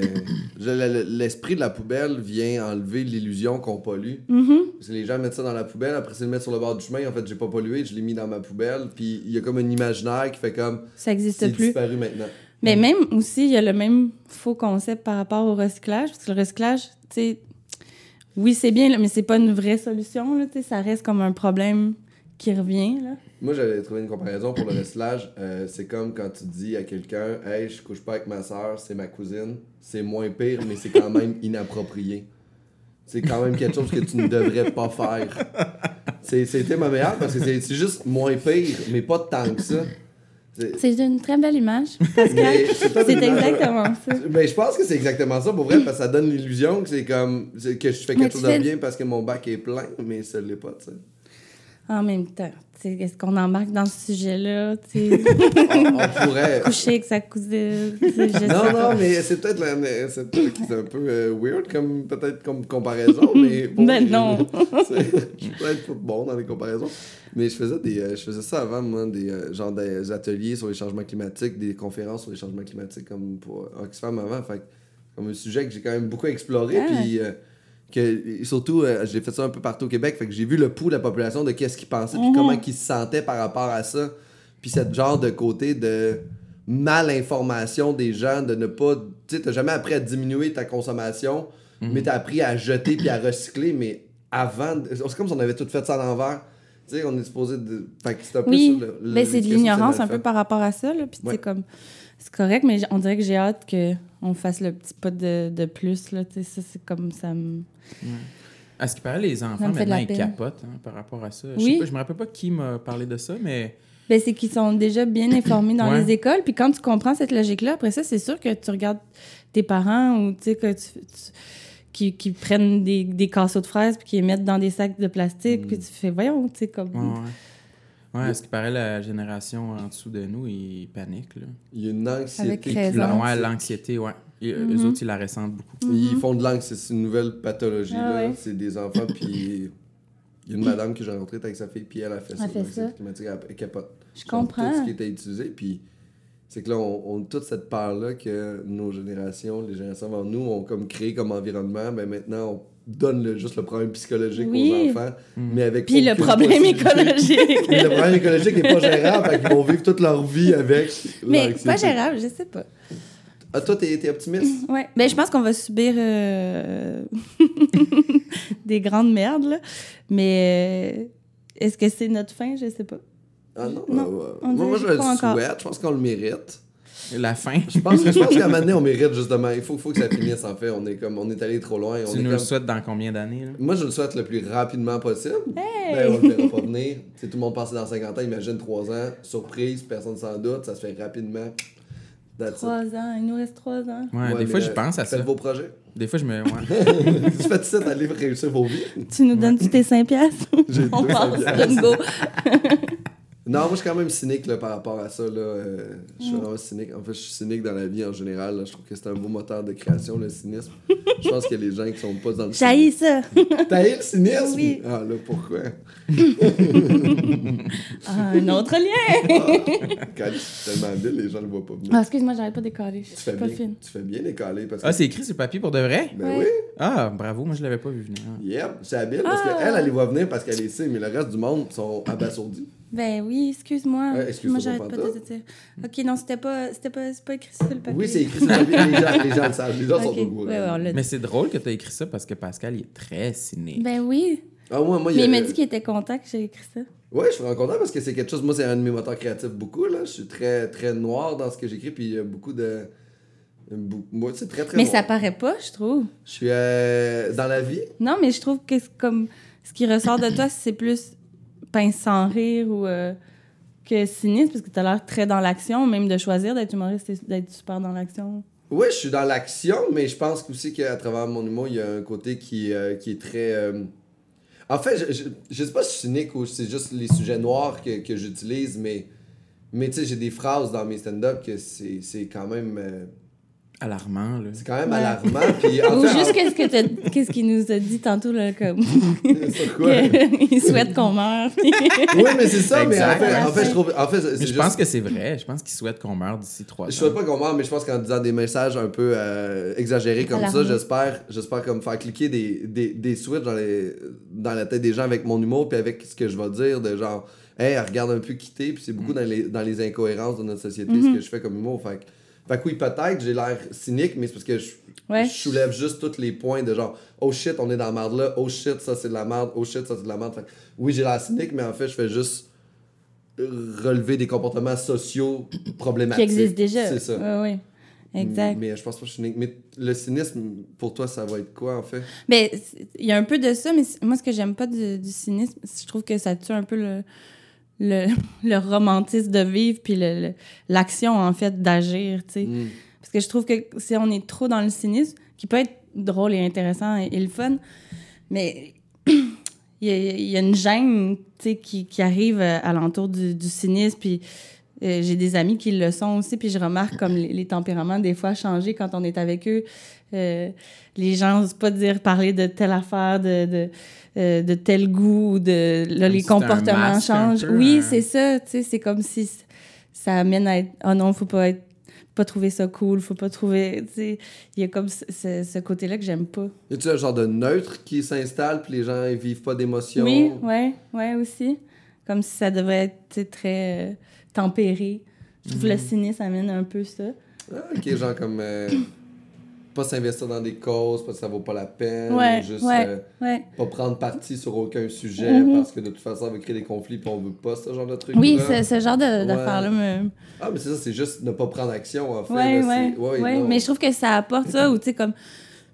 je- le- le- L'esprit de la poubelle vient enlever l'illusion qu'on pollue. Mhm. Parce que les gens mettent ça dans la poubelle, après c'est le mettre sur le bord du chemin. En fait, j'ai pas pollué, je l'ai mis dans ma poubelle. Puis il y a comme un imaginaire qui fait comme. Ça C'est existe plus. disparu maintenant. Mais même aussi, il y a le même faux concept par rapport au recyclage, parce que le recyclage, tu sais, oui, c'est bien, là, mais c'est pas une vraie solution, là, tu sais, ça reste comme un problème qui revient, là. Moi, j'avais trouvé une comparaison pour le recyclage. Euh, c'est comme quand tu dis à quelqu'un Hey, je couche pas avec ma soeur, c'est ma cousine. C'est moins pire, mais c'est quand même inapproprié. C'est quand même quelque chose que tu ne devrais pas faire. C'est- C'était ma meilleure parce que c'est c'est juste moins pire, mais pas tant que ça. C'est- C'est une très belle image, parce Mais que c'est pas c'est une image. exactement ça. Mais Ben, je pense que c'est exactement ça pour vrai, parce que ça donne l'illusion que c'est comme c'est- que je fais Mais quelque tu chose de fais- bien parce que mon bac est plein, mais ça l'est pas, tu sais. En même temps, tu sais, est-ce qu'on embarque dans ce sujet-là, tu sais, On, on pourrait. coucher avec sa cousine, tu sais, je sais Non, pas. non, mais c'est peut-être la- mais c'est peut-être que c'est un peu euh, weird comme peut-être comme comparaison, mais bon, Ben je- non. c'est- je suis peut-être pas bon dans les comparaisons. Mais je faisais des, euh, je faisais ça avant moi, des euh, genre des ateliers sur les changements climatiques, des conférences sur les changements climatiques comme pour Oxfam avant, fait que comme un sujet que j'ai quand même beaucoup exploré, Ah. puis euh, que et surtout euh, j'ai fait ça un peu partout au Québec, fait que j'ai vu le pouls de la population de qu'est-ce qu'ils pensaient, puis Mhm. comment ils se sentaient par rapport à ça, puis cette genre de côté de malinformation des gens de ne pas. Tu sais, t'as jamais appris à diminuer ta consommation, Mhm. mais t'as appris à jeter puis à recycler. Mais avant, de- c'est comme si on avait tout fait ça à l'envers. Tu sais, on est supposé de. Fait que c'est un peu Oui, ça, le- le- mais c'est de l'éducation, l'ignorance c'est un mal peu fait. par rapport à ça, là, puis tu Ouais. sais, comme, c'est correct, mais j- on dirait que j'ai hâte que on fasse le petit pas de, de plus. Là, tu sais, ça, c'est comme ça me. À ce qui paraît, les enfants, me fait de la maintenant, ils peine. capotent hein, par rapport à ça. Je, Oui. sais pas, je me rappelle pas qui m'a parlé de ça, mais Ben, c'est qu'ils sont déjà bien informés dans Ouais. les écoles. Puis quand tu comprends cette logique-là, après ça, c'est sûr que tu regardes tes parents ou tu sais que tu, tu- qui, qui prennent des, des casseaux de fraises puis qui les mettent dans des sacs de plastique. Puis tu Mm. fais, voyons, tu sais, comme. ouais, ouais. Ouais, à ce qui paraît, la génération en dessous de nous, ils paniquent. Là. Il y a une Avec anxiété. raison. climatique. Ouais, l'anxiété, ouais. Et, euh, Eux autres, ils la ressentent beaucoup. Ils font de l'anxiété, c'est une nouvelle pathologie. Mm-hmm. Ah là. ouais. C'est des enfants, puis il y a une madame que j'ai rencontrée avec sa fille, puis elle a fait ça. fait l'anxiété ça. climatique, elle, elle capote. Je Genre, Tout ce comprends. qui était utilisé, puis c'est que là, on, on a toute cette peur-là que nos générations, les générations avant nous, ont comme créé comme environnement, mais maintenant, on donne le- juste le problème psychologique Oui. aux enfants, mais avec Puis le aucune problème possibilité. écologique. Mais le problème écologique n'est pas gérable, fait qu'ils vont vivre toute leur vie avec Mais l'anxiété. pas gérable, je sais pas. Ah, toi, t'es t'es optimiste? Ouais. Ben, je pense qu'on va subir euh, des grandes merdes, là. Mais euh, est-ce que c'est notre fin? Je sais pas. Ah non, Non, euh, euh, on moi, moi, dirait je le pas encore. souhaite, je pense qu'on le mérite. La fin, Je pense, je pense qu'à un moment donné, on mérite justement. Il faut, faut que ça finisse en fait. On est comme on est allé trop loin. On tu est nous le comme- souhaites dans combien d'années? là? Moi, je le souhaite le plus rapidement possible. Hey! Ben, on le verra pas venir. Tu sais, tout le monde passe dans 50 ans, imagine 3 ans, surprise, personne s'en doute, ça se fait rapidement. That's it. Trois ans, il nous reste trois ans. Ouais, Ouais, des fois, mais, je pense à faites ça. vos projets. Des fois, je me... ouais. Faites ça d'aller réussir vos vies. Tu nous donnes tous tes 5 piastres? Oh, J'ai On deux passe, piastres. let's go. Non, moi, je suis quand même cynique là, par rapport à ça. Là. Euh, je suis vraiment cynique. En fait, je suis cynique dans la vie en général. là. Je trouve que c'est un beau moteur de création, le cynisme. je pense que les gens qui sont pas dans le J'haïs ça. T'as eu le cynisme? Oui. Ah là, pourquoi? Ah, un autre lien. Ah, Quand je suis tellement habile, les gens le voient pas venir. Ah, excuse-moi, j'arrête pas de décoller. Je tu, suis fais pas bien, fine. tu fais bien les caler parce que... Ah, c'est écrit sur le papier pour de vrai? ben Ouais. Ah, bravo, moi, je l'avais pas vu venir. oui, yep, c'est habile parce Ah. qu'elle, elle les voit venir parce qu'elle les sait, mais le reste du monde sont abasourdis. Ben oui, excuse-moi. Ouais, excuse-toi Moi, j'arrête pour pas pas de te dire. Ok, non, c'était pas, c'était pas, c'est pas écrit sur le papier. Oui, c'est écrit sur le papier, les gens, les gens le savent, les gens Ok, Ben sont au courant. ouais, ouais, on l'a dit. Mais c'est drôle que tu as écrit ça parce que Pascal, il est très cynique. Ben oui. Ah, moi, moi, Mais il y m'a a- dit qu'il était content que j'ai écrit ça. Ouais, je suis vraiment content parce que c'est quelque chose. Moi, c'est un de mes moteurs créatifs beaucoup. Là. Je suis très, très noir dans ce que j'écris, puis il y a beaucoup de. bou- Moi, c'est très, très Mais noir. ça paraît pas, je trouve. Je suis euh, dans la vie. Non, mais je trouve que c'est comme ce qui ressort de toi, c'est plus pince sans rire ou euh, que cynisme, parce que t'as l'air très dans l'action, même de choisir d'être humoriste, c'est d'être super dans l'action. Ouais, je suis dans l'action, mais je pense aussi qu'à travers mon humour, il y a un côté qui, euh, qui est très. euh, En fait, je, je, je sais pas si je suis cynique ou c'est juste les sujets noirs que, que j'utilise, mais, mais tu sais, j'ai des phrases dans mes stand-up que c'est c'est quand même, euh, Alarmant, là. c'est quand même Ouais. alarmant. Puis, en Ou fait, en- juste qu'est-ce que t'as- qu'est-ce qu'il nous a dit tantôt, là, comme Sur quoi? Bah, qu'il souhaite qu'on meure. Oui, mais c'est ça, mais en Exact. fait, en fait, je trouve. En fait, c'est Mais je juste- pense que c'est vrai. Je pense qu'il souhaite qu'on meure d'ici trois ans. Je souhaite pas qu'on meure, mais je pense qu'en disant des messages un peu euh, exagérés comme ça, Alarmés. j'espère, j'espère comme faire cliquer des, des, des switches dans, les, dans la tête des gens avec mon humour puis avec ce que je vais dire de genre, hey, elle regarde un peu quitter, puis c'est beaucoup Mm. dans, les, dans les incohérences de notre société ce que je fais comme humour. Fait, que- fait que oui, peut-être, j'ai l'air cynique, mais c'est parce que je, Ouais. je soulève juste tous les points de genre, oh shit, on est dans la merde là, oh shit, ça c'est de la merde, oh shit, ça c'est de la merde. Fait que oui, j'ai l'air cynique, mais en fait, je fais juste relever des comportements sociaux Qui problématiques. existent déjà. C'est ça. Mm. Oui, oui. Exact. Mais je pense pas que je suis cynique. Mais le cynisme, pour toi, ça va être quoi, en fait? Ben, c'est- il y a un peu de ça, mais c- moi, ce que j'aime pas du, du cynisme, c'est- je trouve que ça tue un peu le, le, le romantisme de vivre, puis le- le- l'action, en fait, d'agir, tu sais. Mm. Parce que je trouve que si on est trop dans le cynisme, qui peut être drôle et intéressant et, et le fun, mais il y, a- il y a une gêne tu sais, qui, qui arrive euh, alentour du, du cynisme. Puis euh, j'ai des amis qui le sont aussi, puis je remarque comme les, les tempéraments des fois changer quand on est avec eux. Euh, les gens n'osent pas dire parler de telle affaire, de, de, euh, de tel goût, ou de là, Comme les si c'était un comportements masque un changent. peu, oui, hein. c'est ça. tu sais, C'est comme si c- ça amène à être « Ah non, faut pas être pas trouver ça cool, faut pas trouver... tu sais, Il y a comme ce, ce- ce côté-là que j'aime pas. Y a-tu un genre de neutre qui s'installe, puis les gens, ils vivent pas d'émotion? Oui, ouais, ouais aussi. Comme si ça devrait être tu sais, très euh, Mhm. Euh, tempéré. Je trouve que le cynisme amène un peu ça. Ah, ok, genre comme. euh, pas s'investir dans des causes parce que ça vaut pas la peine. Ouais, juste ouais. euh, Ouais. pas prendre parti sur aucun sujet Mhm. parce que de toute façon, on veut créer des conflits puis on veut pas ce genre de truc. Oui, ce, ce genre de- Ouais. d'affaires-là me. Ah, mais c'est ça, c'est juste ne pas prendre action en fait. Ouais, là, ouais, c'est- ouais, non. mais je trouve que ça apporte ça, ou tu sais, comme,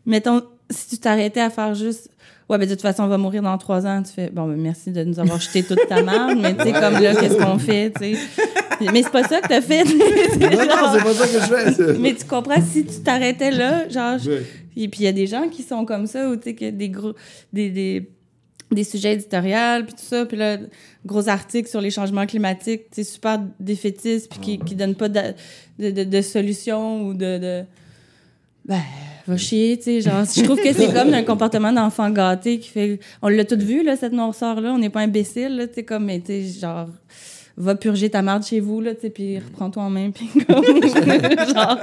mettons, si tu t'arrêtais à faire juste, ouais, ben de toute façon, on va mourir dans trois ans, tu fais, bon, ben merci de nous avoir jeté toute ta marde, mais tu sais, Ouais. comme là, qu'est-ce qu'on fait, tu sais. Mais c'est pas ça que t'as fait, Non, c'est non, genre- c'est pas ça que je fais. c'est- Mais tu comprends, si tu t'arrêtais là, genre, je- Ouais. et puis il y a des gens qui sont comme ça, ou tu sais, que des gros. Des, des, des sujets éditoriaux, puis tout ça, puis là, gros articles sur les changements climatiques, tu sais, super défaitistes, puis qui, qui donnent pas d'a- de, de, de solution ou de. de- Ben, va chier, tu sais, genre, je trouve que c'est comme un comportement d'enfant gâté qui fait. On l'a tout vu, là, cette noirceur-là, on n'est pas imbécile, là, tu sais, comme, mais tu sais, genre. Va purger ta marde chez vous, là, tu sais, puis reprends-toi en main, puis comme, genre,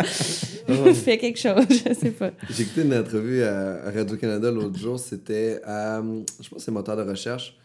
fais quelque chose, je sais pas. J'ai écouté une entrevue à à Radio-Canada l'autre jour, c'était à, je pense que c'est moteur de recherche.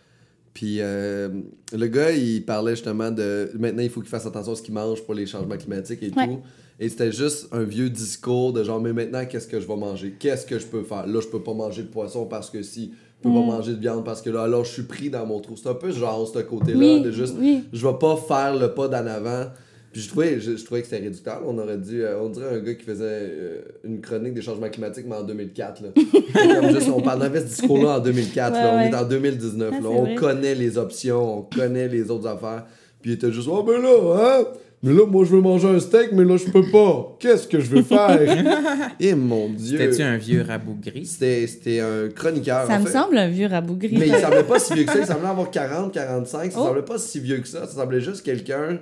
Puis euh, le gars, il parlait justement de maintenant, il faut qu'il fasse attention à ce qu'il mange pour les changements climatiques et Ouais. tout. Et c'était juste un vieux discours de genre, mais maintenant, qu'est-ce que je vais manger? Qu'est-ce que je peux faire? Là, je peux pas manger de poisson parce que si, je peux pas manger de viande parce que là, alors je suis pris dans mon trou. C'est un peu genre ce côté-là Oui, de juste, oui. je vais pas faire le pas d'en avant. Puis je trouvais, je, je trouvais que c'était réducteur. On aurait dû. euh, on dirait un gars qui faisait euh, une chronique des changements climatiques, mais en 2004. Là. Comme juste, on parlait de ce discours-là en 2004. là. Ouais, On ouais. est en 2019. Ah, là. c'est On vrai. connaît les options, on connaît les autres affaires. Puis il était juste, oh, ben là, hein? Mais là, moi, je veux manger un steak, mais là, je peux pas. Qu'est-ce que je vais faire? Et mon Dieu. C'était-tu un vieux rabougri? C'était c'était un chroniqueur. Ça en me fait. semble un vieux rabougri. Mais il semblait pas si vieux que ça, il semblait avoir 40, 45, ça Oh. semblait pas si vieux que ça, ça semblait juste quelqu'un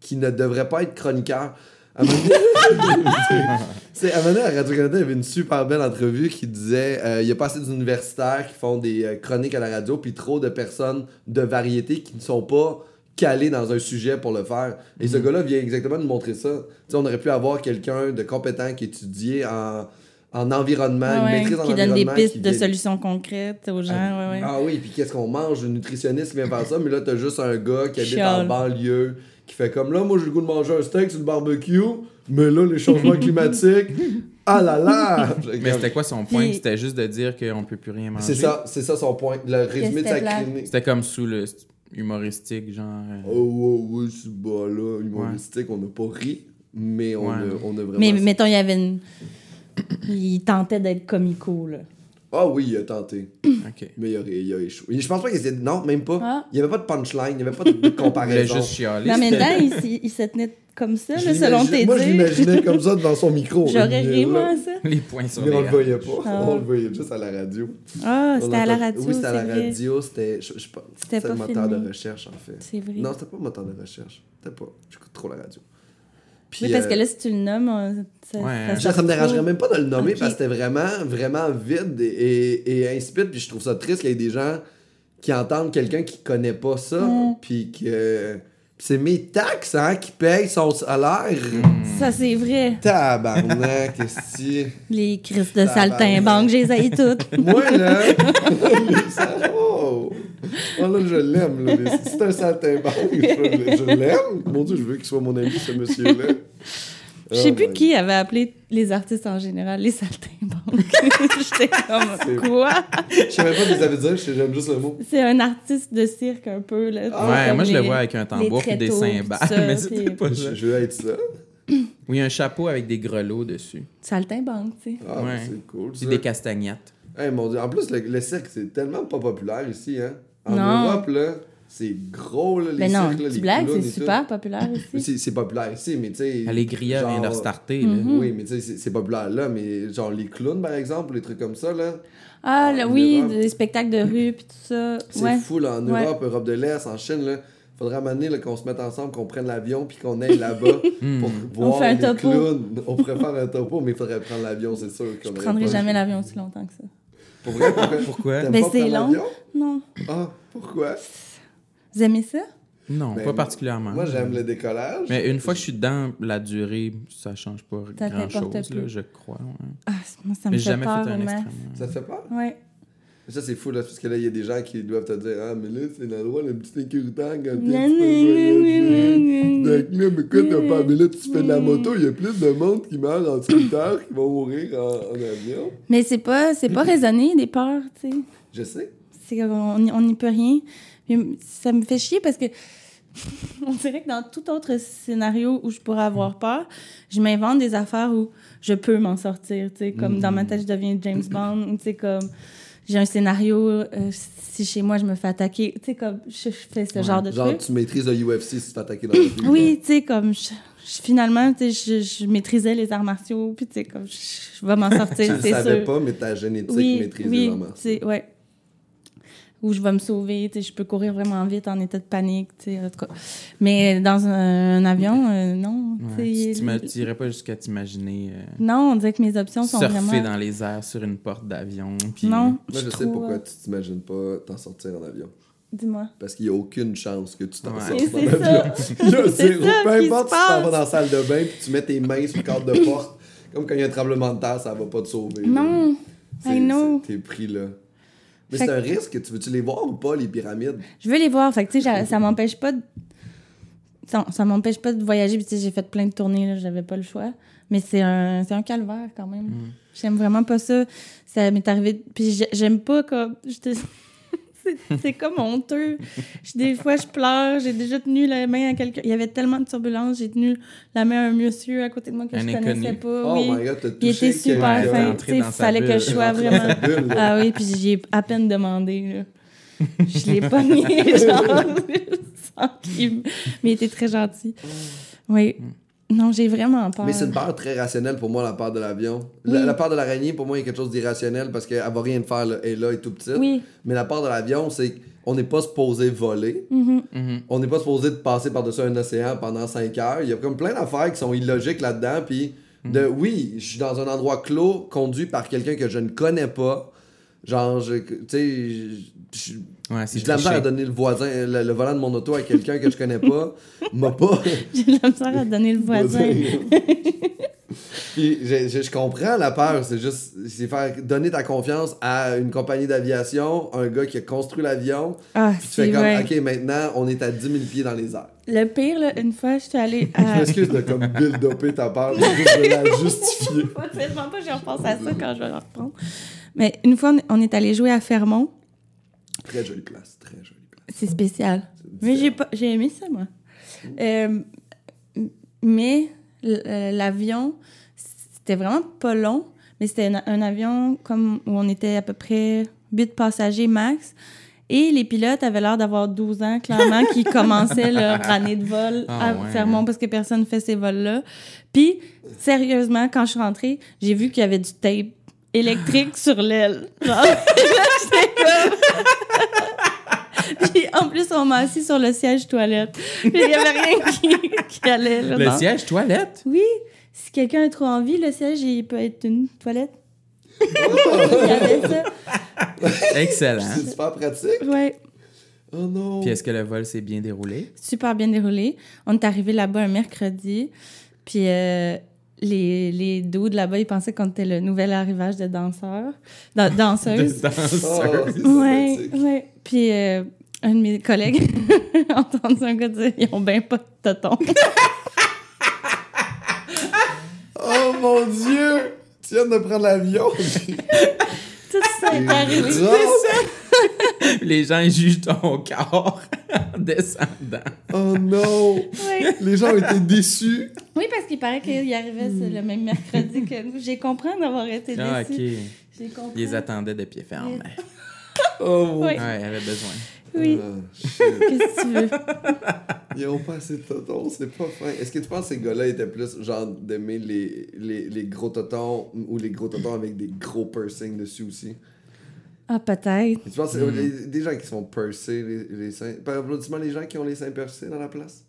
qui ne devrait pas être chroniqueur. À un moment donné, C'est- à un moment donné, à Radio-Canada, il y avait une super belle entrevue qui disait euh, il y a pas assez d'universitaires qui font des euh, chroniques à la radio, puis trop de personnes de variété qui ne sont pas calées dans un sujet pour le faire. Et Mm-hmm. ce gars-là vient exactement nous montrer ça. Tu sais, on aurait pu avoir quelqu'un de compétent qui étudiait en, en environnement, Ah Ouais, une ouais, maîtrise en qui donne environnement. des pistes qui de vient- solutions concrètes aux gens. ah, ouais, ouais. ah oui, puis qu'est-ce qu'on mange? Le nutritionniste qui vient faire ça, mais là, t'as juste un gars qui habite en Chiale. banlieue, qui fait comme là, moi, j'ai le goût de manger un steak sur le barbecue, mais là, les changements climatiques, ah là là! Mais c'était quoi son point? Puis- C'était juste de dire qu'on peut plus rien manger. C'est ça, c'est ça son point. Le résumé de sa c'était plate. chronique. C'était comme sous le c'est humoristique, genre. euh, Oh, oh, oui, c'est bon, là, humoristique, on n'a pas ri, mais on, Ouais. a, on a vraiment. Mais mettons, il y avait une. Il tentait d'être comico, là. Ah oui, il a tenté, Ok. mais il a, ré- il a échoué. Je pense pas qu'il essayait. Non, même pas. Ah. Il y avait pas de punchline, il y avait pas de Il voulait comparaison. juste chialer. Mais en même c'était- temps, il, s'y- il se tenait comme ça, Je là, selon l'imagine- tes Moi, je dires. l'imaginais comme ça devant son micro. J'aurais ri, Il- moi, à ça. Les points sur Mais les on le hanches. voyait pas. Ah. On le voyait juste à la radio. Ah, On c'était à la entend- radio. Oui, c'était à c'est la vrai. radio. C'était. Je, je, sais pas. C'était C'était le pas moteur de filmé. recherche, en fait. C'est vrai. Non, c'était pas le moteur de recherche. C'était pas. J'écoute trop la radio. Puis, oui, parce euh, que là, si tu le nommes, on- ça, Ouais. ça, Genre, ça, ça me dérangerait trop. même pas de le nommer Ok. parce que c'était vraiment, vraiment vide et, et, et insipide. Puis je trouve ça triste qu'il y ait des gens qui entendent quelqu'un qui connaît pas ça. Mm. Puis que. puis c'est mes taxes, hein, qui payent son salaire. Ça, c'est vrai. Tabarnak, qu'est-ce que. Les crises de Ah, bah, saltimbanques, je les haïs toutes. Moi, là. oh. Oh, là, je l'aime, là. Mais C'est un saltimbanque. Je, je l'aime. Mon Dieu, je veux qu'il soit mon ami, ce monsieur-là. Je sais Oh plus my- qui avait appelé les artistes en général les saltimbanques. C'est- J'étais comme, quoi? Je savais pas ce que ça veut dire. je sais- J'aime juste le mot. C'est un artiste de cirque un peu. Là, Ah, ouais, Comme moi je le les- vois avec un tambour et des tréteaux, puis cymbales, tout ça, mais c'était puis- pas ça. Je, je veux être ça. Oui, un chapeau avec des grelots dessus. Saltimbanque, tu sais. Ah, Ouais. c'est cool. Puis ça. des castagnettes. Hey, mon Dieu. En plus, le, le cirque, c'est tellement pas populaire ici, hein. En Non. Europe, là, c'est gros, là, les Mais non, cirques, là, les tu blagues, clowns c'est et tout. super populaire Mais ici. C'est c'est populaire ici, mais tu sais. Les grillades viennent de genre- restarter. là. Mhm. Oui, mais tu sais, c'est- c'est populaire là, mais genre les clowns, par exemple, les trucs comme ça, là. Ah, Ah, là, en oui, Europe. des spectacles de rue, puis tout ça. C'est Ouais. fou, là, en Ouais. Europe, Europe de l'Est, en Chine, là. Faudrait amener là, qu'on se mette ensemble, qu'on prenne l'avion, puis qu'on aille là-bas Hmm. pour voir fait un les topo. clowns. On pourrait faire un topo, mais il faudrait prendre l'avion, c'est sûr. Je prendrai jamais l'avion aussi longtemps que ça. Pour vrai, pourquoi? Pourquoi? T'aimes Ben, pas c'est prendre long. l'avion? Non. Ah, pourquoi? Vous aimez ça? Non, Ben, pas particulièrement. Moi, j'aime le décollage. Mais une fois que je suis dedans, la durée, ça change pas Ça grand t'importe chose, plus. là, je crois. ouais. Ah, moi, ça me Mais fait j'ai jamais peur fait au un max. extrême. Ça te fait peur? Ouais. Mais ça, c'est fou, là, parce que là, il y a des gens qui doivent te dire Ah, mais là, c'est l'endroit le petit sécuritaire quand tu Nan, fais nan, nan, nan, nan. Donc Ben, là, mais quoi, t'as pas. Mais là, tu fais de la moto, il y a plus de monde qui meurt en scooter qui vont mourir en, en avion. Mais c'est pas, c'est pas raisonné, des peurs, tu sais. Je sais. C'est comme, on n'y- on n'y peut rien. Puis ça me fait chier parce que on dirait que dans tout autre scénario où je pourrais Mm. avoir peur, je m'invente des affaires où je peux m'en sortir. tu sais, Comme Mm. dans ma tête, je deviens James Bond. ou tu sais, comme j'ai un scénario, euh, si chez moi je me fais attaquer, tu sais, comme je, je fais ce genre de Genre, truc. tu maîtrises le UFC si tu t'attaquer dans la rue. Oui, tu sais, comme je, je- finalement, tu sais, je, je maîtrisais les arts martiaux, puis tu sais, comme je, je vais m'en Tu sortir, le c'est savais sûr. pas, mais ta génétique maîtrise les oui, armes. tu sais, ouais. Où je vais me sauver, tu sais, je peux courir vraiment vite en état de panique, tu sais, en tout cas. Mais dans un, un avion, euh, non, Ouais, tu sais, tu t'ima- tu irais pas jusqu'à t'imaginer euh, Non, on dirait que mes options sont surfer vraiment... dans les airs sur une porte d'avion. puis- Non, Moi, je suis sais trop, pourquoi euh, tu t'imagines pas t'en sortir en avion. Dis-moi. Parce qu'il n'y a aucune chance que tu t'en Ouais. Et sortes en c'est avion. Il y a C'est zéro. ça Peu qui importe se si tu t'en vas passe. dans la salle de bain puis tu mets tes mains sur le cadre de porte. Comme quand il y a un tremblement de terre, ça va pas te sauver. là. Non, C'est- I know. c'est- T'es pris là. Mais Fait c'est un risque. Tu veux-tu les voir ou pas, les pyramides? je veux les voir, fait que, tu sais, j'a- ça m'empêche pas de... Ça, ça m'empêche pas de voyager, puis tu sais, j'ai fait plein de tournées, là, j'avais pas le choix. Mais c'est un, c'est un calvaire, quand même. Mm. J'aime vraiment pas ça. Ça m'est arrivé. de- Puis j'ai- j'aime pas comme. je te- C'est- C'est comme honteux. Je- Des fois, je pleure. J'ai déjà tenu la main à quelqu'un. Il y avait tellement de turbulences. J'ai tenu la main à un monsieur à côté de moi que Un je inconnu. connaissais pas. Oh oui. my god, t'as touché Il était super quelqu'un. fin. Rentrer Tu sais, dans sa fallait que bulle. je sois Rentrer dans vraiment. sa bulle, là. Ah oui, puis j'y ai à peine demandé. là. Je l'ai pas nié, genre. sans qu'il me- Mais il était très gentil. Oui. Non, j'ai vraiment peur. Mais c'est une peur très rationnelle pour moi, la peur de l'avion. La, Oui. la peur de l'araignée, pour moi, est quelque chose d'irrationnel parce qu'elle va rien faire, là, elle est là, et tout petite. Oui. Mais la peur de l'avion, c'est qu'on n'est pas supposé voler. Mm-hmm. Mhm. On n'est pas supposé de passer par-dessus un océan pendant 5 heures. Il y a comme plein d'affaires qui sont illogiques là-dedans. Puis, de oui, je suis dans un endroit clos, conduit par quelqu'un que je ne connais pas. Genre, je- tu sais, je- je- Ouais, c'est j'ai de la misère à triché. donner le voisin, le, le volant de mon auto à quelqu'un que je connais pas. M'a pas. J'ai de la misère à donner le voisin. Puis je, je- je comprends la peur, c'est juste c'est faire donner ta confiance à une compagnie d'aviation, un gars qui a construit l'avion, Ah, puis tu c'est fais comme vrai. OK, maintenant on est à 10 000 pieds dans les airs. Le pire, là, une fois, je suis allée à... Je m'excuse de comme build-upper ta peur, mais juste de la justifier. Faut tellement pas que je repense à ça quand je vais le reprendre. Mais une fois, on est- on est allé jouer à Fermont. Très jolie place, très jolie place. C'est spécial. C'est Mais j'ai différent. pas, j'ai aimé ça, moi. Euh, m- mais l- euh, l'avion, c'était vraiment pas long, mais c'était un, un avion comme où on était à peu près 8 passagers max. Et les pilotes avaient l'air d'avoir 12 ans, clairement, qui commençaient leur année de vol Ah à ouais. Fermont parce que personne ne fait ces vols-là. Puis, sérieusement, quand je suis rentrée, j'ai vu qu'il y avait du tape électrique sur l'aile. Genre, j'étais comme- Puis en plus, on m'a assis sur le siège toilette. Puis Il n'y avait rien qui, qui allait. là, Le non. siège toilette? Oui, si quelqu'un a trop envie, le siège, il peut être une toilette. Oh! Il y avait ça. Excellent. C'est super pratique. Ouais, Oh non. Puis est-ce que le vol s'est bien déroulé? super bien déroulé. On est arrivé là-bas un mercredi. Puis euh, les, les dudes là-bas, ils pensaient qu'on était le nouvel arrivage de danseurs, dan- danseuses. Oh, Danseuse. c'est Ouais, sympathique. ouais. Puis euh, un de mes collègues a entendu un gars dire Ils ont bien pas de toton. Oh mon dieu! Tu viens de prendre l'avion! Tout ça est arrivé. Oh! Les gens ils jugent ton corps en descendant. Oh non! Ouais. Les gens étaient déçus! Oui, parce qu'il paraît qu'il arrivait ce- le même mercredi que nous. J'ai compris d'avoir été déçue. Ah, ok. Ils J'ai compris. les Ah, attendaient de pied ferme. Oh mon Oui. Ouais, ils avaient besoin. Oui, euh. Ah, shit. qu'est-ce que tu veux Ils ont pas assez de totons, c'est pas fin. Est-ce que tu penses que ces gars-là étaient plus genre d'aimer les, les, les gros totons ou les gros totons avec des gros piercings dessus aussi? Ah, peut-être. Et tu penses que c'est les- des gens qui sont percés, les, les seins. Par applaudissement, les gens qui ont les seins percés dans la place?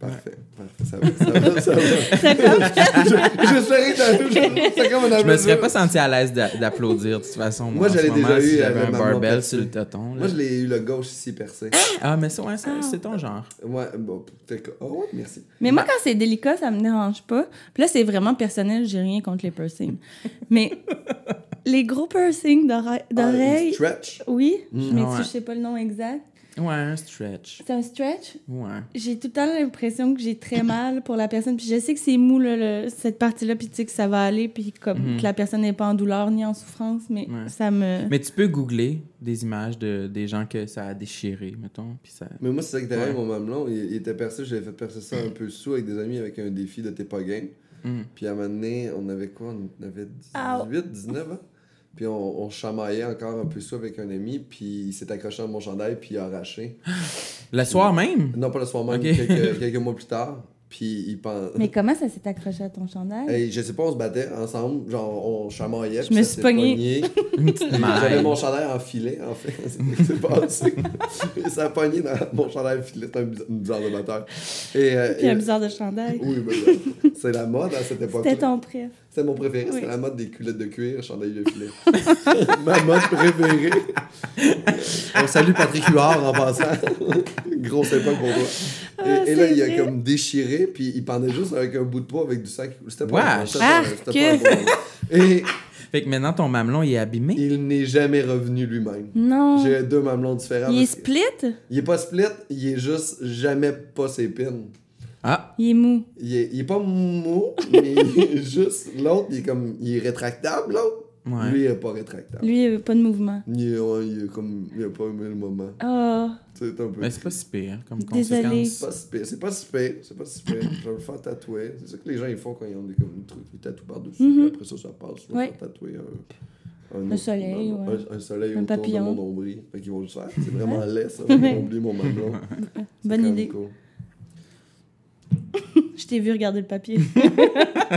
Parfait, parfait, ça va, ça va, ça va. Je- J'espérais que t'as- c'est comme un Je me serais applaudissement. pas senti à l'aise d'a- d'applaudir, de toute façon. Moi, en j'avais ce moment, déjà si eu J'avais avec un ma barbell maman sur le téton. là. Moi, je l'ai eu le gauche ici percé. Ah, mais ça, ouais, ça, c'est ton genre. Moi, bon, peut-être que- Oh, ouais, merci. Mais Bah. moi, quand c'est délicat, ça me dérange pas. Puis là, c'est vraiment personnel, j'ai rien contre les piercings. Mais les gros piercings d'ora- Ah, d'oreilles. Stretch. oui, Mm. mais Ah ouais. je sais pas le nom exact. Ouais, un stretch. C'est un stretch. Ouais. J'ai tout le temps l'impression que j'ai très mal pour la personne. Puis je sais que c'est mou, là, le- cette partie-là, puis tu sais que ça va aller, puis comme Mhm. que la personne n'est pas en douleur ni en souffrance, mais Ouais. ça me... Mais tu peux googler des images de des gens que ça a déchiré, mettons. Puis ça. Mais moi, c'est ça que derrière Ouais. mon mamelon, il, il était percé, j'avais fait percer ça un peu sous avec des amis avec un défi de t'es pas game. Mm. Puis à un moment donné, on avait quoi On avait 18, 19 ans. Puis on, on chamaillait encore un peu sous avec un ami, puis il s'est accroché à mon chandail, puis il a arraché. Le soir même? Non, pas le soir même, Ok. quelques, quelques mois plus tard. Puis il pense. Mais comment ça s'est accroché à ton chandail? Hey, je sais pas, on se battait ensemble, genre on chamaillait. Je puis me ça suis s'est pogné. pognée. Une petite J'avais maille. mon chandail en filet, en fait. C'est ce qui s'est passé. ça a pogné dans mon chandail en filet. C'est un bizarre- une bizarre de batteur. Et, euh, Puis et- un bizarre de chandail. Oui, mais là, c'est la mode à cette époque. C'était ton préf. C'est mon préféré, Oui. c'était la mode des culottes de cuir, chandail de filet. Ma mode préférée. On salue Patrick Huard en passant. Grosse époque pour toi. Et, Ah, et là, c'est il a vrai. comme déchiré, puis il pendait juste avec un bout de poids avec du sang. qui- C'était pas Wesh. un c'était pas un- c'était pas un Arc. bon moment. Et Fait que maintenant, ton mamelon, il est abîmé. il n'est jamais revenu lui-même. Non. J'ai deux mamelons différents. Il est parce que- split? il est pas split, il est juste jamais pas ses pins. Ah! Il est mou. Il est, il est pas mou, mais il est juste l'autre, il est comme il est rétractable, l'autre. Ouais. Lui, il est pas rétractable. Lui, il avait pas de mouvement. Il, est, ouais, il est comme il a pas aimé le moment. Oh, C'est un peu. Mais c'est pas si pire hein, comme Désolée. conséquence. c'est pas si pire, c'est pas si pire, c'est pas si pire. Je vais le faire tatouer. C'est ça que les gens ils font quand ils ont des comme des trucs, ils tatouent par-dessus. Mhm. puis Après ça, ça passe. Ils vont Ouais. faire tatouer un, un, autre- soleil, un, ouais. un- un soleil Un autour papillon. de mon nombril. Fait qu'ils vont le faire. C'est vraiment laid ça. Ouais. Ils oublient mon mamelon. C'est bonne quand même idée. cool. Je t'ai vu regarder le papier. Ah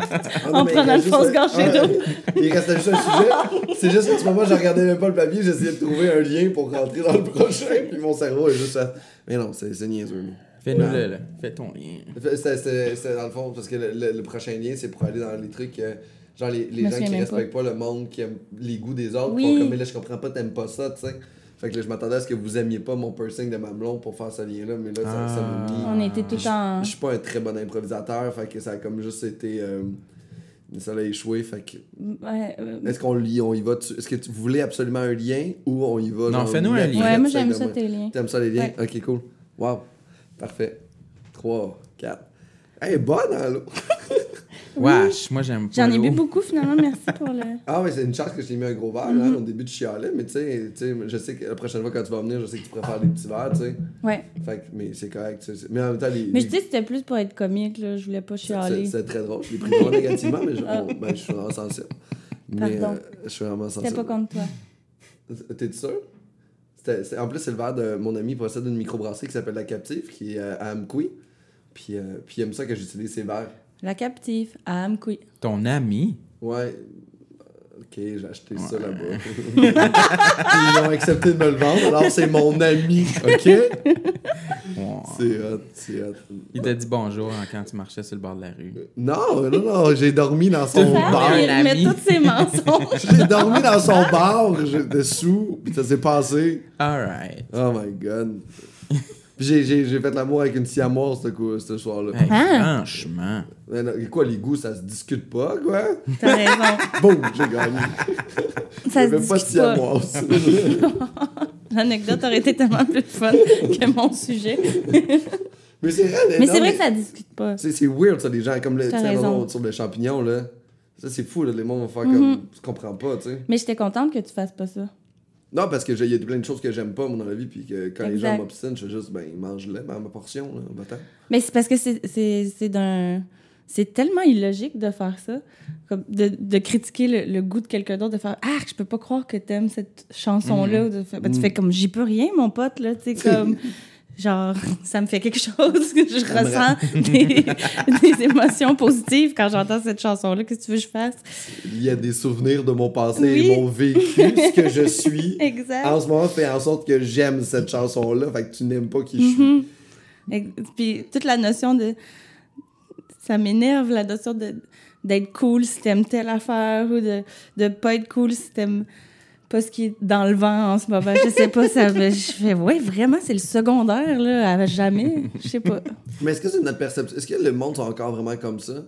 non, En mais prenant il reste Alphonse juste- Gorgé Ah, d'eau. Il restait juste un sujet. C'est juste qu'en ce moment, je regardais même pas le papier, j'essayais de trouver un lien pour rentrer dans le prochain, puis mon cerveau est juste à... Mais non, c'est c'est niaiseux. Fais-nous Ouais. le, là. Fais ton lien. Fait- c'est- C'est c'est dans le fond, parce que le, le- le prochain lien, c'est pour aller dans les trucs... euh, genre les, les Je me gens qui souviens même respectent pas. le monde, qui aiment les goûts des autres, Oui. font comme, mais là, je comprends pas, t'aimes pas ça, tu sais. Fait que là, je m'attendais à ce que vous aimiez pas mon piercing de mamelon pour faire ce lien-là, mais là, ça, ça m'a mis... Ah. On était tout en... Je suis pas un très bon improvisateur, fait que ça a comme juste été... euh, ça l'a échoué, fait que... Ouais, euh, Est-ce qu'on lit, on y va dessus? Est-ce que tu voulais absolument un lien ou on y va? Non, genre, fais-nous un net- lien. ouais, net moi j'aime de ça main? tes liens. T'aimes ça les liens? Ouais. Ok, cool. Wow. Parfait. 3, 4. Elle est bonne, hein, l'eau? Wesh, moi j'aime pas. J'en ai bu l'eau. beaucoup finalement, merci pour le... Ah oui, c'est une chance que je t'ai mis un gros verre, Mm-hmm. hein, au début tu chialais, mais tu sais, tu sais, je sais que la prochaine fois quand tu vas venir, je sais que tu préfères des petits verres, tu sais. Ouais. Fait que, mais c'est correct, tu sais. Mais en même temps, les... Mais les- je dis que c'était plus pour être comique, là. Je voulais pas C'est- chialer. C'est très drôle, je l'ai pris vraiment négativement, mais je, bon, ben, je suis vraiment sensible. Mais Pardon. euh, je suis vraiment sensible. C'était pas contre toi. T'es sûr? C'était- c'est- en plus, c'est le verre de mon ami il possède une microbrasserie qui s'appelle La Captive, qui est euh, à Amqui. Puis, euh, puis il aime ça que j'utilise ces verres. La captive à Amkoui. Ton ami. Ouais. Ok, j'ai acheté ça là-bas. Ils ont accepté de me le vendre, alors c'est mon ami, ok? Ouais. C'est hot, c'est hot. Il t'a dit bonjour hein, quand tu marchais sur le bord de la rue. Non, non, non, j'ai dormi dans son Ça, bar. mais- Ah, il un ami. met tous ses mensonges. J'ai dormi dans son bar, j'étais sous, puis ça s'est passé. Alright. Oh my god. Puis J'ai j'ai- j'ai fait l'amour avec une siamoise ce, coup- ce soir-là. Hey, Hein? Franchement. Mais non, quoi, les goûts, ça se discute pas, quoi? T'as raison. Boum, j'ai gagné. Ça se J'avais pas de discute pas. siamoise. L'anecdote aurait été tellement plus fun que mon sujet. mais c'est vrai, Mais non, c'est vrai que ça discute pas. C'est c'est weird, ça, les gens, comme le, T'as tu sais, raison. on- sur le champignon, là. Ça, c'est fou, là, les gens vont faire comme. Mm-hmm. Tu comprends pas, tu sais. Mais j'étais contente que tu fasses pas ça. Non, parce qu'il y a plein de choses que j'aime pas, moi, dans la vie, puis que quand les Exact. gens m'obstinent, je fais juste, ben, mange-le, ben, à ma portion, là, va-t'en. Mais c'est parce que c'est- c'est c'est d'un. C'est tellement illogique de faire ça, comme de, de critiquer le, le goût de quelqu'un d'autre, de faire Ah, je peux pas croire que t'aimes cette chanson-là. ou de faire- Ben, Tu Mhm. fais comme J'y peux rien, mon pote, là. Tu sais, comme. genre, ça me fait quelque chose. que Je Ça me ressens des, des émotions positives quand j'entends cette chanson-là. Qu'est-ce que tu veux que je fasse? Il y a des souvenirs de mon passé Oui. et mon vécu, ce que je suis. Exact. En ce moment, fait en sorte que j'aime cette chanson-là, fait que tu n'aimes pas qui je suis. Mhm. Et- Puis toute la notion de. Ça m'énerve, la notion de- d'être cool si t'aimes telle affaire ou de, de pas être cool si t'aimes pas ce qui est dans le vent en ce moment. Je sais pas, ça me- Je fais, ouais, vraiment, c'est le secondaire, là, à jamais. Je sais pas. Mais est-ce que c'est notre perception? Est-ce que le monde sont encore vraiment comme ça?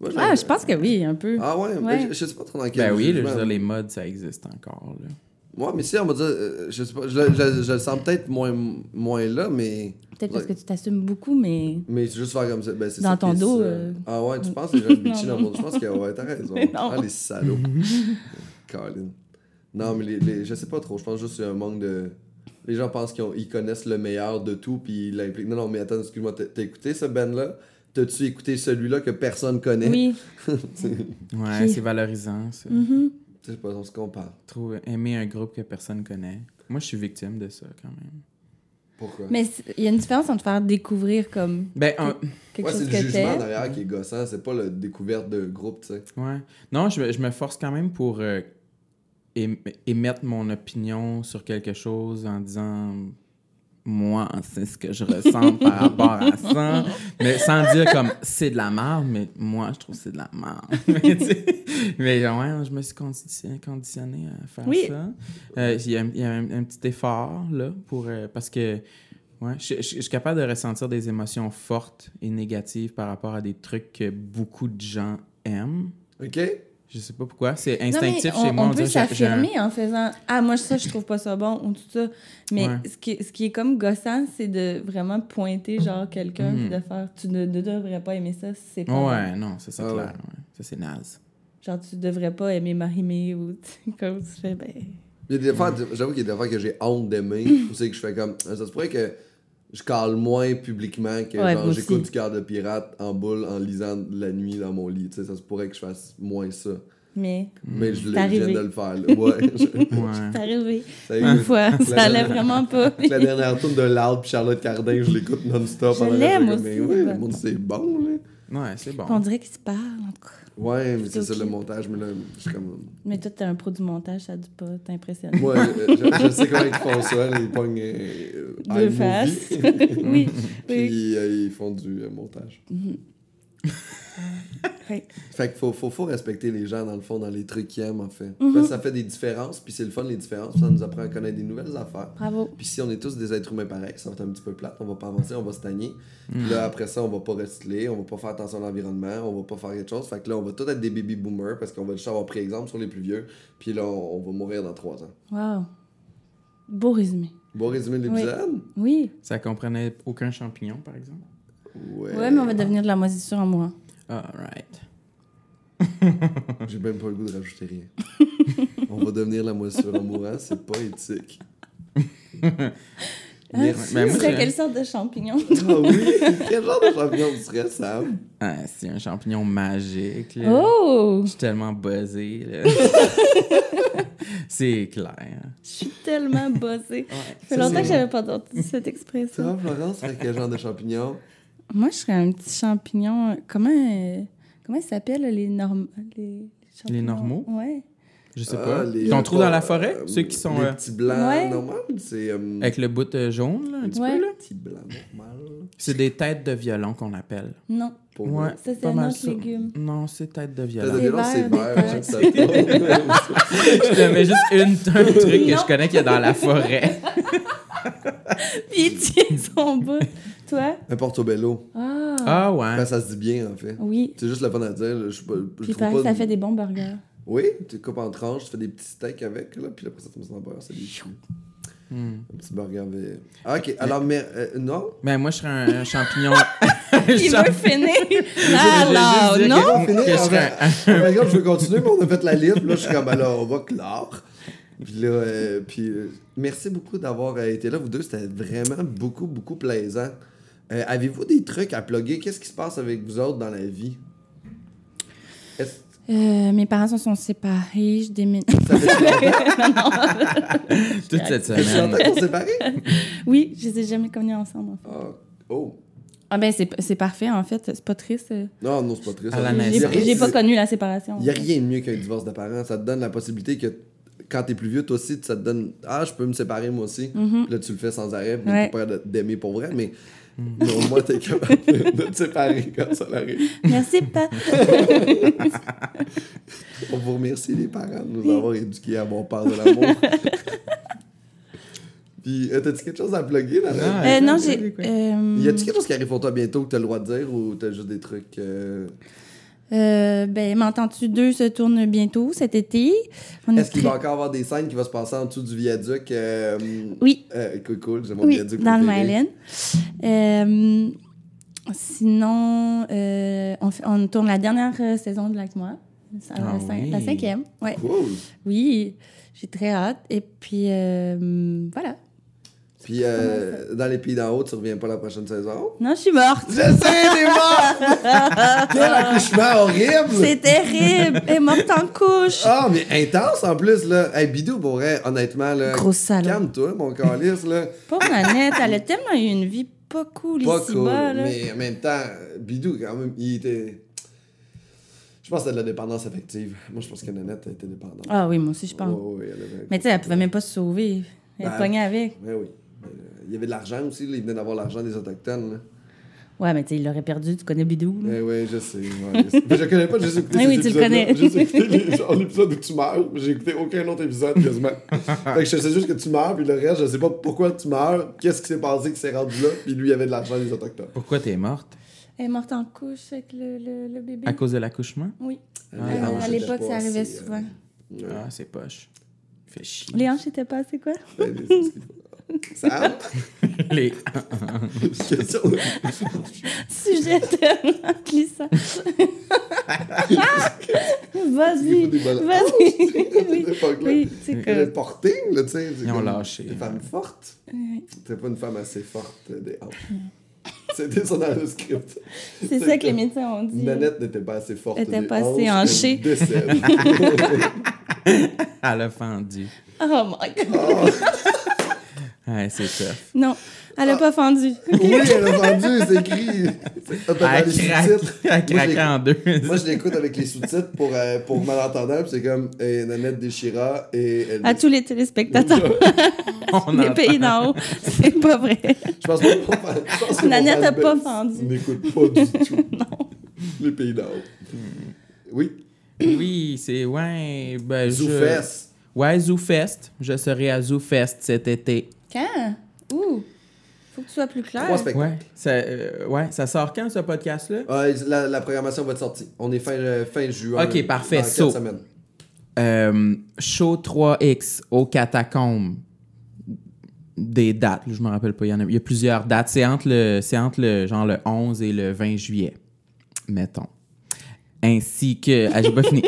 Moi, je- Ah, je pense que oui, un peu. Ah ouais, ben, Ouais. Je, je sais pas trop dans quel Ben oui, là, je jugement. veux dire, les modes, ça existe encore. Là. Ouais, mais si, on va dire, euh, je sais pas, je, le- je le- je le sens peut-être moins, moins là, mais, Peut-être parce que tu t'assumes beaucoup, mais. mais c'est juste faire comme ça. Ben, c'est Dans ça, ton puis, dos, c'est, euh, Ah ouais, tu penses que les gens bitchy Non, dans non, mon dos? Je pense que ouais, t'as raison. Mais non. Ah, les salauds. Colin. Non, mais les, les- je sais pas trop. Je pense juste que c'est un manque de. Les gens pensent qu'ils ont- ils connaissent le meilleur de tout, puis ils l'impliquent. Non, non, mais attends, excuse-moi, t'as t'as écouté ce Ben-là T'as-tu écouté celui-là que personne connaît Oui. Ouais, Qui- c'est valorisant, ça. Mhm. Je sais pas, on se compare. Trop aimer un groupe que personne connaît. Moi, je suis victime de ça, quand même. Pourquoi Mais c'est- il y a une différence entre faire découvrir comme Ben, un- quelque Ouais, c'est chose le que jugement t'es. derrière qui est gossant, c'est pas la découverte de groupe, tu sais. Ouais. Non, je, me- je me force quand même pour euh, ém- émettre mon opinion sur quelque chose en disant moi, c'est ce que je ressens par rapport à ça. Mais sans dire comme c'est de la merde, mais moi, je trouve que c'est de la merde. mais tu sais, mais ouais, je me suis condi- conditionnée à faire Oui. ça. Euh, Il y a, un- il y a un, un petit effort, là, pour, euh, parce que ouais, je, je- je suis capable de ressentir des émotions fortes et négatives par rapport à des trucs que beaucoup de gens aiment. OK Je sais pas pourquoi. C'est Non, mais instinctif on, chez moi. on on peut dirait que j'ai- j'ai un- s'affirmer en faisant Ah, moi, ça, je trouve pas ça bon ou tout ça. Mais Ouais. ce, qui, ce qui est comme gossant, c'est de vraiment pointer genre quelqu'un Mhm. puis de faire Tu ne, ne devrais pas aimer ça, c'est pas. bon. Ouais, non, ça c'est Ah clair. ouais. ouais. Ça c'est naze. Genre, tu devrais pas aimer Marimé ou tu sais, comme tu fais, ben. Il y a des fois, j'avoue qu'il y a des fois que j'ai honte d'aimer, ou c'est que je fais comme. Ça se pourrait que je cale moins publiquement que Ouais, genre, moi j'écoute aussi. du cœur de pirate en boule en lisant la nuit dans mon lit. Tu sais, ça se pourrait que je fasse moins ça. Mais Mais je, le- Hmm. C'est je viens arrivé. de le faire. là. Ouais. je- Ouais. c'est arrivé ça y est, une fois, ça la- allait vraiment pas. la dernière tourne de Loud puis Charlotte Cardin, je l'écoute non-stop. Je pendant que l'aime fais comme, Mais aussi, ouais, ouais. le monde, c'est bon, là. Ouais, c'est bon. On dirait qu'il se parle, en tout cas. Ouais, mais c'est Plutôt ça le cute. montage, mais là, je suis comme. Mais toi, t'es un pro du montage, ça dit pas, t'es impressionné. Moi, euh, je, je- je sais comment ils font ça, là, ils pognent. euh, Deux iMovie, faces. oui, oui. Puis euh, ils font du euh, montage. Ouais. Fait qu'il faut, faut, faut respecter les gens, dans le fond, dans les trucs qu'ils aiment, en fait. Mhm. Parce que ça fait des différences, puis c'est le fun, les différences, puis ça nous apprend à connaître des nouvelles affaires. Bravo. Puis si on est tous des êtres humains pareils, ça va être un petit peu plate, on va pas avancer, on va stagner. Puis là, après ça, on va pas recycler, on va pas faire attention à l'environnement, on va pas faire quelque chose. Fait que là, on va tous être des baby boomers, parce qu'on va juste avoir pris exemple sur les plus vieux, puis là, on, on va mourir dans trois ans. Wow. Beau résumé. Bon résumé de Oui. l'épisode? Oui. Ça comprenait aucun champignon, par exemple. Euh, Ouais, mais on va devenir de la moisissure en mourant. Alright. J'ai même pas le goût de rajouter rien. on va devenir la moisissure en mourant, c'est pas éthique. Merci. Ben, Tu moi, serais je- Ah, quelle sorte de champignon? Ah oui? Quel genre de champignon tu serais, Sam? Ah, c'est un champignon magique. là. Oh! Je suis tellement buzzé. là. c'est clair. Je suis tellement bossée. Ouais. Ça fait longtemps que j'avais pas entendu cette expression. Toi, Florence, serais quel genre de champignon? Moi, je serais un petit champignon. euh, Comment, euh, comment ils s'appellent les, norm... les champignons? normaux? Ouais. Je sais Ah, pas. les, T'en euh, trouves dans la pas, forêt? euh, Ceux qui sont Les euh, petits blancs Ouais. normal? C'est. euh, avec le bout euh, jaune, là, un petit Ouais. peu. là. Les petits blancs normal. C'est des têtes de violon qu'on appelle. Non. Pour ouais, moi. Ça, c'est pas un mal autre ça. légume. Non, c'est tête de T'as de violon. C'est violon, c'est vert, vert, je sais pas. Je te mets juste une, un truc que Non. je connais qu'il y a dans la forêt. Puis ils tiennent son bout. Toi? Un portobello. Ah! Ah ouais. Ben, ça se dit bien, en fait. Oui. C'est juste le fun à dire. Je, suis pas- je Puis il trouve paraît que pas- ça fait des bons burgers. Oui, tu coupes en tranches, tu fais des petits steaks avec, là, puis après ça, tu mets ça dans le beurre, c'est délicieux. Hmm. Un petit burger avec... Ah, ok, alors, mais... euh, non? Ben moi, je serais un, un champignon. Un Il champ- veut finir! Je Alors, veux juste dire Ah, non? On va finir Que je avant- serais Par exemple, je veux continuer, mais on a fait la livre, là, je suis comme, alors, on va clore. Puis là, euh, puis, euh, merci beaucoup d'avoir euh, été là, vous deux, c'était vraiment beaucoup, beaucoup plaisant. Euh, Avez-vous des trucs à plugger? Qu'est-ce qui se passe avec vous autres dans la vie? Est-ce- Euh, mes parents se sont séparés, je déménage. Ça fait non, non. toute cette ça fait semaine. longtemps qu'on s'est séparés? Oui, je les ai jamais connus ensemble. en fait. Ah, oh. Ah ben, c'est c'est parfait, en fait. C'est pas triste. euh. Non, non, c'est pas triste. À la Il y a naissance. rien- J'ai j'ai pas connu la séparation. en Il n'y a fait. rien de mieux qu'un divorce de parents. Ça te donne la possibilité que quand t'es plus vieux, toi aussi, ça te donne Ah, je peux me séparer moi aussi. Mhm. Puis Là, tu le fais sans arrêt. Puis Ouais. t'es pas capable d'aimer pour vrai. Mais, mais au moins, t'es capable de te séparer quand ça arrive. Merci, pas. On vous remercie, les parents, de nous avoir éduqués à avoir peur de l'amour. Puis, euh, t'as-tu quelque chose à plugger dans la- Non. Euh, non, j'ai. Ouais, euh, Y a-tu quelque chose qui arrive pour toi bientôt que t'as le droit de dire ou t'as juste des trucs. euh, Euh, ben, M'entends-tu deux se tourne bientôt cet été. On Est-ce qu'il prêt- va encore avoir des scènes qui vont se passer en dessous du viaduc? euh, Oui. euh, cool, cool, j'ai mon Oui, viaduc. dans le préféré. Myland. Euh, sinon, euh, on, fait- on tourne la dernière euh, saison de Like Moi. Ça, Ah la, cin- oui. la cinquième. Ouais. Cool. Oui, j'ai très hâte. Et puis, euh, voilà. Puis euh, dans les pays d'en haut, tu reviens pas la prochaine saison? Non, je suis morte. Je sais, t'es mort! Quel accouchement horrible! C'est terrible. Elle est morte en couche. Ah, mais intense en plus, là. Hey, Bidou, pour vrai, honnêtement, là. Gros salaud. Calme-toi, mon calice, là. Pauvre Nanette, elle a tellement eu une vie pas cool Pas ici cool. bas. Là. Mais en même temps, Bidou, quand même, il était. Je pense que c'était de la dépendance affective. Moi, je pense que Nanette était dépendante. Ah oui, moi aussi, je pense. Ouais, ouais, elle avait- Mais tu sais, elle pouvait même pas se sauver. Elle Ben, est pognait avec. Ouais, oui. Mais, euh, Il y avait de l'argent aussi, là. il venait d'avoir l'argent des Autochtones. Là. Ouais, mais tu sais, il l'aurait perdu. Tu connais Bidou. là. Eh ouais, je sais. ouais, je sais. Mais je connais pas, j'ai juste écouté Mm. Ah Oui, cet oui, tu le épisode-là. connais. J'ai juste écouté les- genre l'épisode où tu meurs, mais j'ai écouté aucun autre épisode quasiment. fait que je sais juste que tu meurs, puis le reste, je sais pas pourquoi tu meurs, qu'est-ce qui s'est passé qui s'est rendu là, puis lui, il avait de l'argent des Autochtones. Pourquoi t'es morte? Elle est morte en couche avec le, le- le bébé. À cause de l'accouchement? Oui. Ah, Euh, les hanches à l'époque, étaient pas ça arrivait assez, euh, souvent. Ah, c'est poche. Fait chier. Les hanches étaient pas assez quoi? ben, les- Sam, Les- question de- Sujet tellement glissant. Il faut Vas-y. des bonnes Vas-y. oui, Cette époque-là. oui c'est Le que... porting, là, tu sais. c'est Ils ont comme lâché. Des hein. femmes fortes. euh, T'es pas une femme assez forte euh, des hanches. Hmm. C'était ça dans le script. C'est ça que les médecins ont dit. Nanette n'était pas assez forte. Était des pas assez hanches, elle hanchée. décède. Elle a fendu. Oh my god. Ah, Ouais, c'est tough. Non, elle a pas fendu. oui, elle a vendu, c'est écrit. C'est- Hop, dans les Elle craque, sous-titres. elle Moi, je craque en deux. l'écoute- Moi, je l'écoute avec les sous-titres pour, euh, pour malentendants, puis c'est comme eh, Nanette déchira et elle. À tous les téléspectateurs On des entend. pays d'en haut, c'est pas vrai. Je pense pas qu'on parle- je pense que Nanette mon a pas Albert fendu. N'écoute pas du tout. Les pays d'en haut. Oui. Oui, c'est... Ouais, ben je... Zoufès. Ouais, ZooFest. Je serai à ZooFest cet été. Quand? Ouh, faut que tu sois plus clair. Trois spectacles. Ouais, ça, euh, ouais, ça sort quand, ce podcast-là? Euh, la, la programmation va être sortie. On est fin, euh, fin juin. Ok, parfait. Dans quatre So. semaines. Euh, show 3X au catacombe des dates, là, je me rappelle pas, il y en a, il y a plusieurs dates, c'est entre le c'est entre le genre le 11 et le 20 juillet mettons. Ainsi que ah, j'ai pas fini.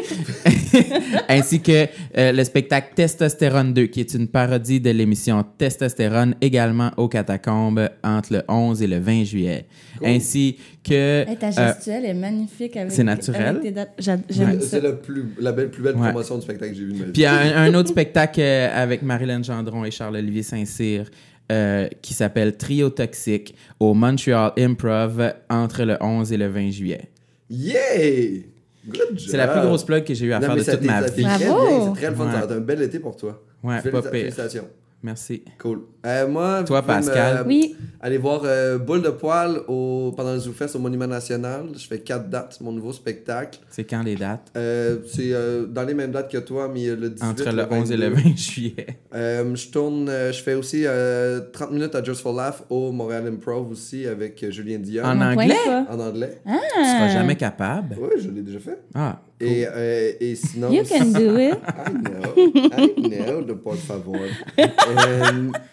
Ainsi que euh, le spectacle Testostérone 2 qui est une parodie de l'émission Testostérone également au catacombe entre le 11 et le 20 juillet. Ainsi que Hey, ta euh, gestuelle est magnifique avec, c'est naturel. avec tes dates. J'a- J'aime Ouais. ça. C'est la, plus, la belle, plus belle Ouais. promotion du spectacle que j'ai vu de ma vie. Puis un, un autre spectacle euh, avec Marilyn Gendron et Charles-Olivier Saint-Cyr euh, qui s'appelle Trio Toxique au Montreal Improv entre le 11 et le 20 juillet. Yeah! Good job! C'est la plus grosse plug que j'ai eu à Non, faire mais de ça toute t'est- ma ça t'est vie. très Bravo! bien, C'est très le fun. Ouais. Ça va être un bel été pour toi. Ouais, Félici- pas pire. Félicitations. Merci. Cool. Euh, moi, Toi, vous pouvez Pascal. me- Oui. Allez voir euh, Boule de poil au, pendant le ZooFest au Monument National. Je fais quatre dates, mon nouveau spectacle. C'est quand les dates? Euh, c'est euh, dans les mêmes dates que toi, mais euh, le 18 Entre le 11 et le 22. 20 juillet. Euh, je tourne, euh, je fais aussi euh, 30 minutes à Just for Laugh au Montréal Improv aussi avec euh, Julien Dion En Mon point anglais? de pas. en anglais. Tu Euh. seras jamais capable. Oui, je l'ai déjà fait. Ah, cool. Et, euh, et sinon. You can do it. I know, I know, de por favor. Euh,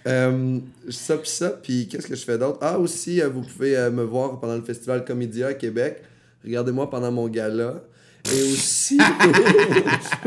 euh, ça pis ça, puis qu'est-ce que je fais d'autre? Ah, aussi, euh, vous pouvez euh, me voir pendant le Festival Comédia à Québec. Regardez-moi pendant mon gala. Et aussi,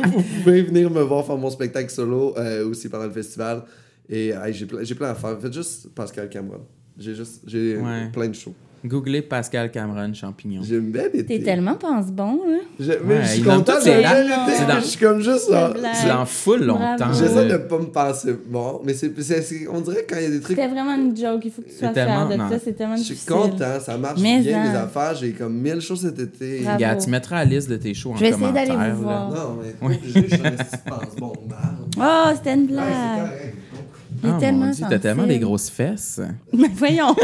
vous pouvez venir me voir faire mon spectacle solo euh, aussi pendant le festival. Et hey, j'ai plein, j'ai plein à faire. Faites juste Pascal Cameron. J'ai juste j'ai Ouais. plein de shows. Googlez Pascal Cameron Champignon. J'ai une belle été. T'es tellement pense-bon, hein? Je, mais Ouais, je suis il nomme content, toutes j'ai ses une dates. belle C'est été. dans- mais Je suis comme juste... La ah, blague. C'est en full longtemps. Bravo. J'essaie de là. pas me passer mort, mais c'est, c'est- c'est- on dirait quand il y a des trucs. C'était vraiment une joke. Il faut que tu sois tellement- fier de non. ça. C'est tellement Je suis difficile. content, ça marche Mais bien en- mes affaires. J'ai comme mille choses cet été. Bravo. Regarde, tu mettras la liste de tes shows Je vais en essayer d'aller commentaire. vous là. voir. Non, mais pas obligé, je suis un petit pense-bon de merde. Oh, c'était une blague. Ouais, ben, c'est correct. Il est Ah, tellement mon Dieu, t'as tellement sensible. des grosses fesses. Mais voyons.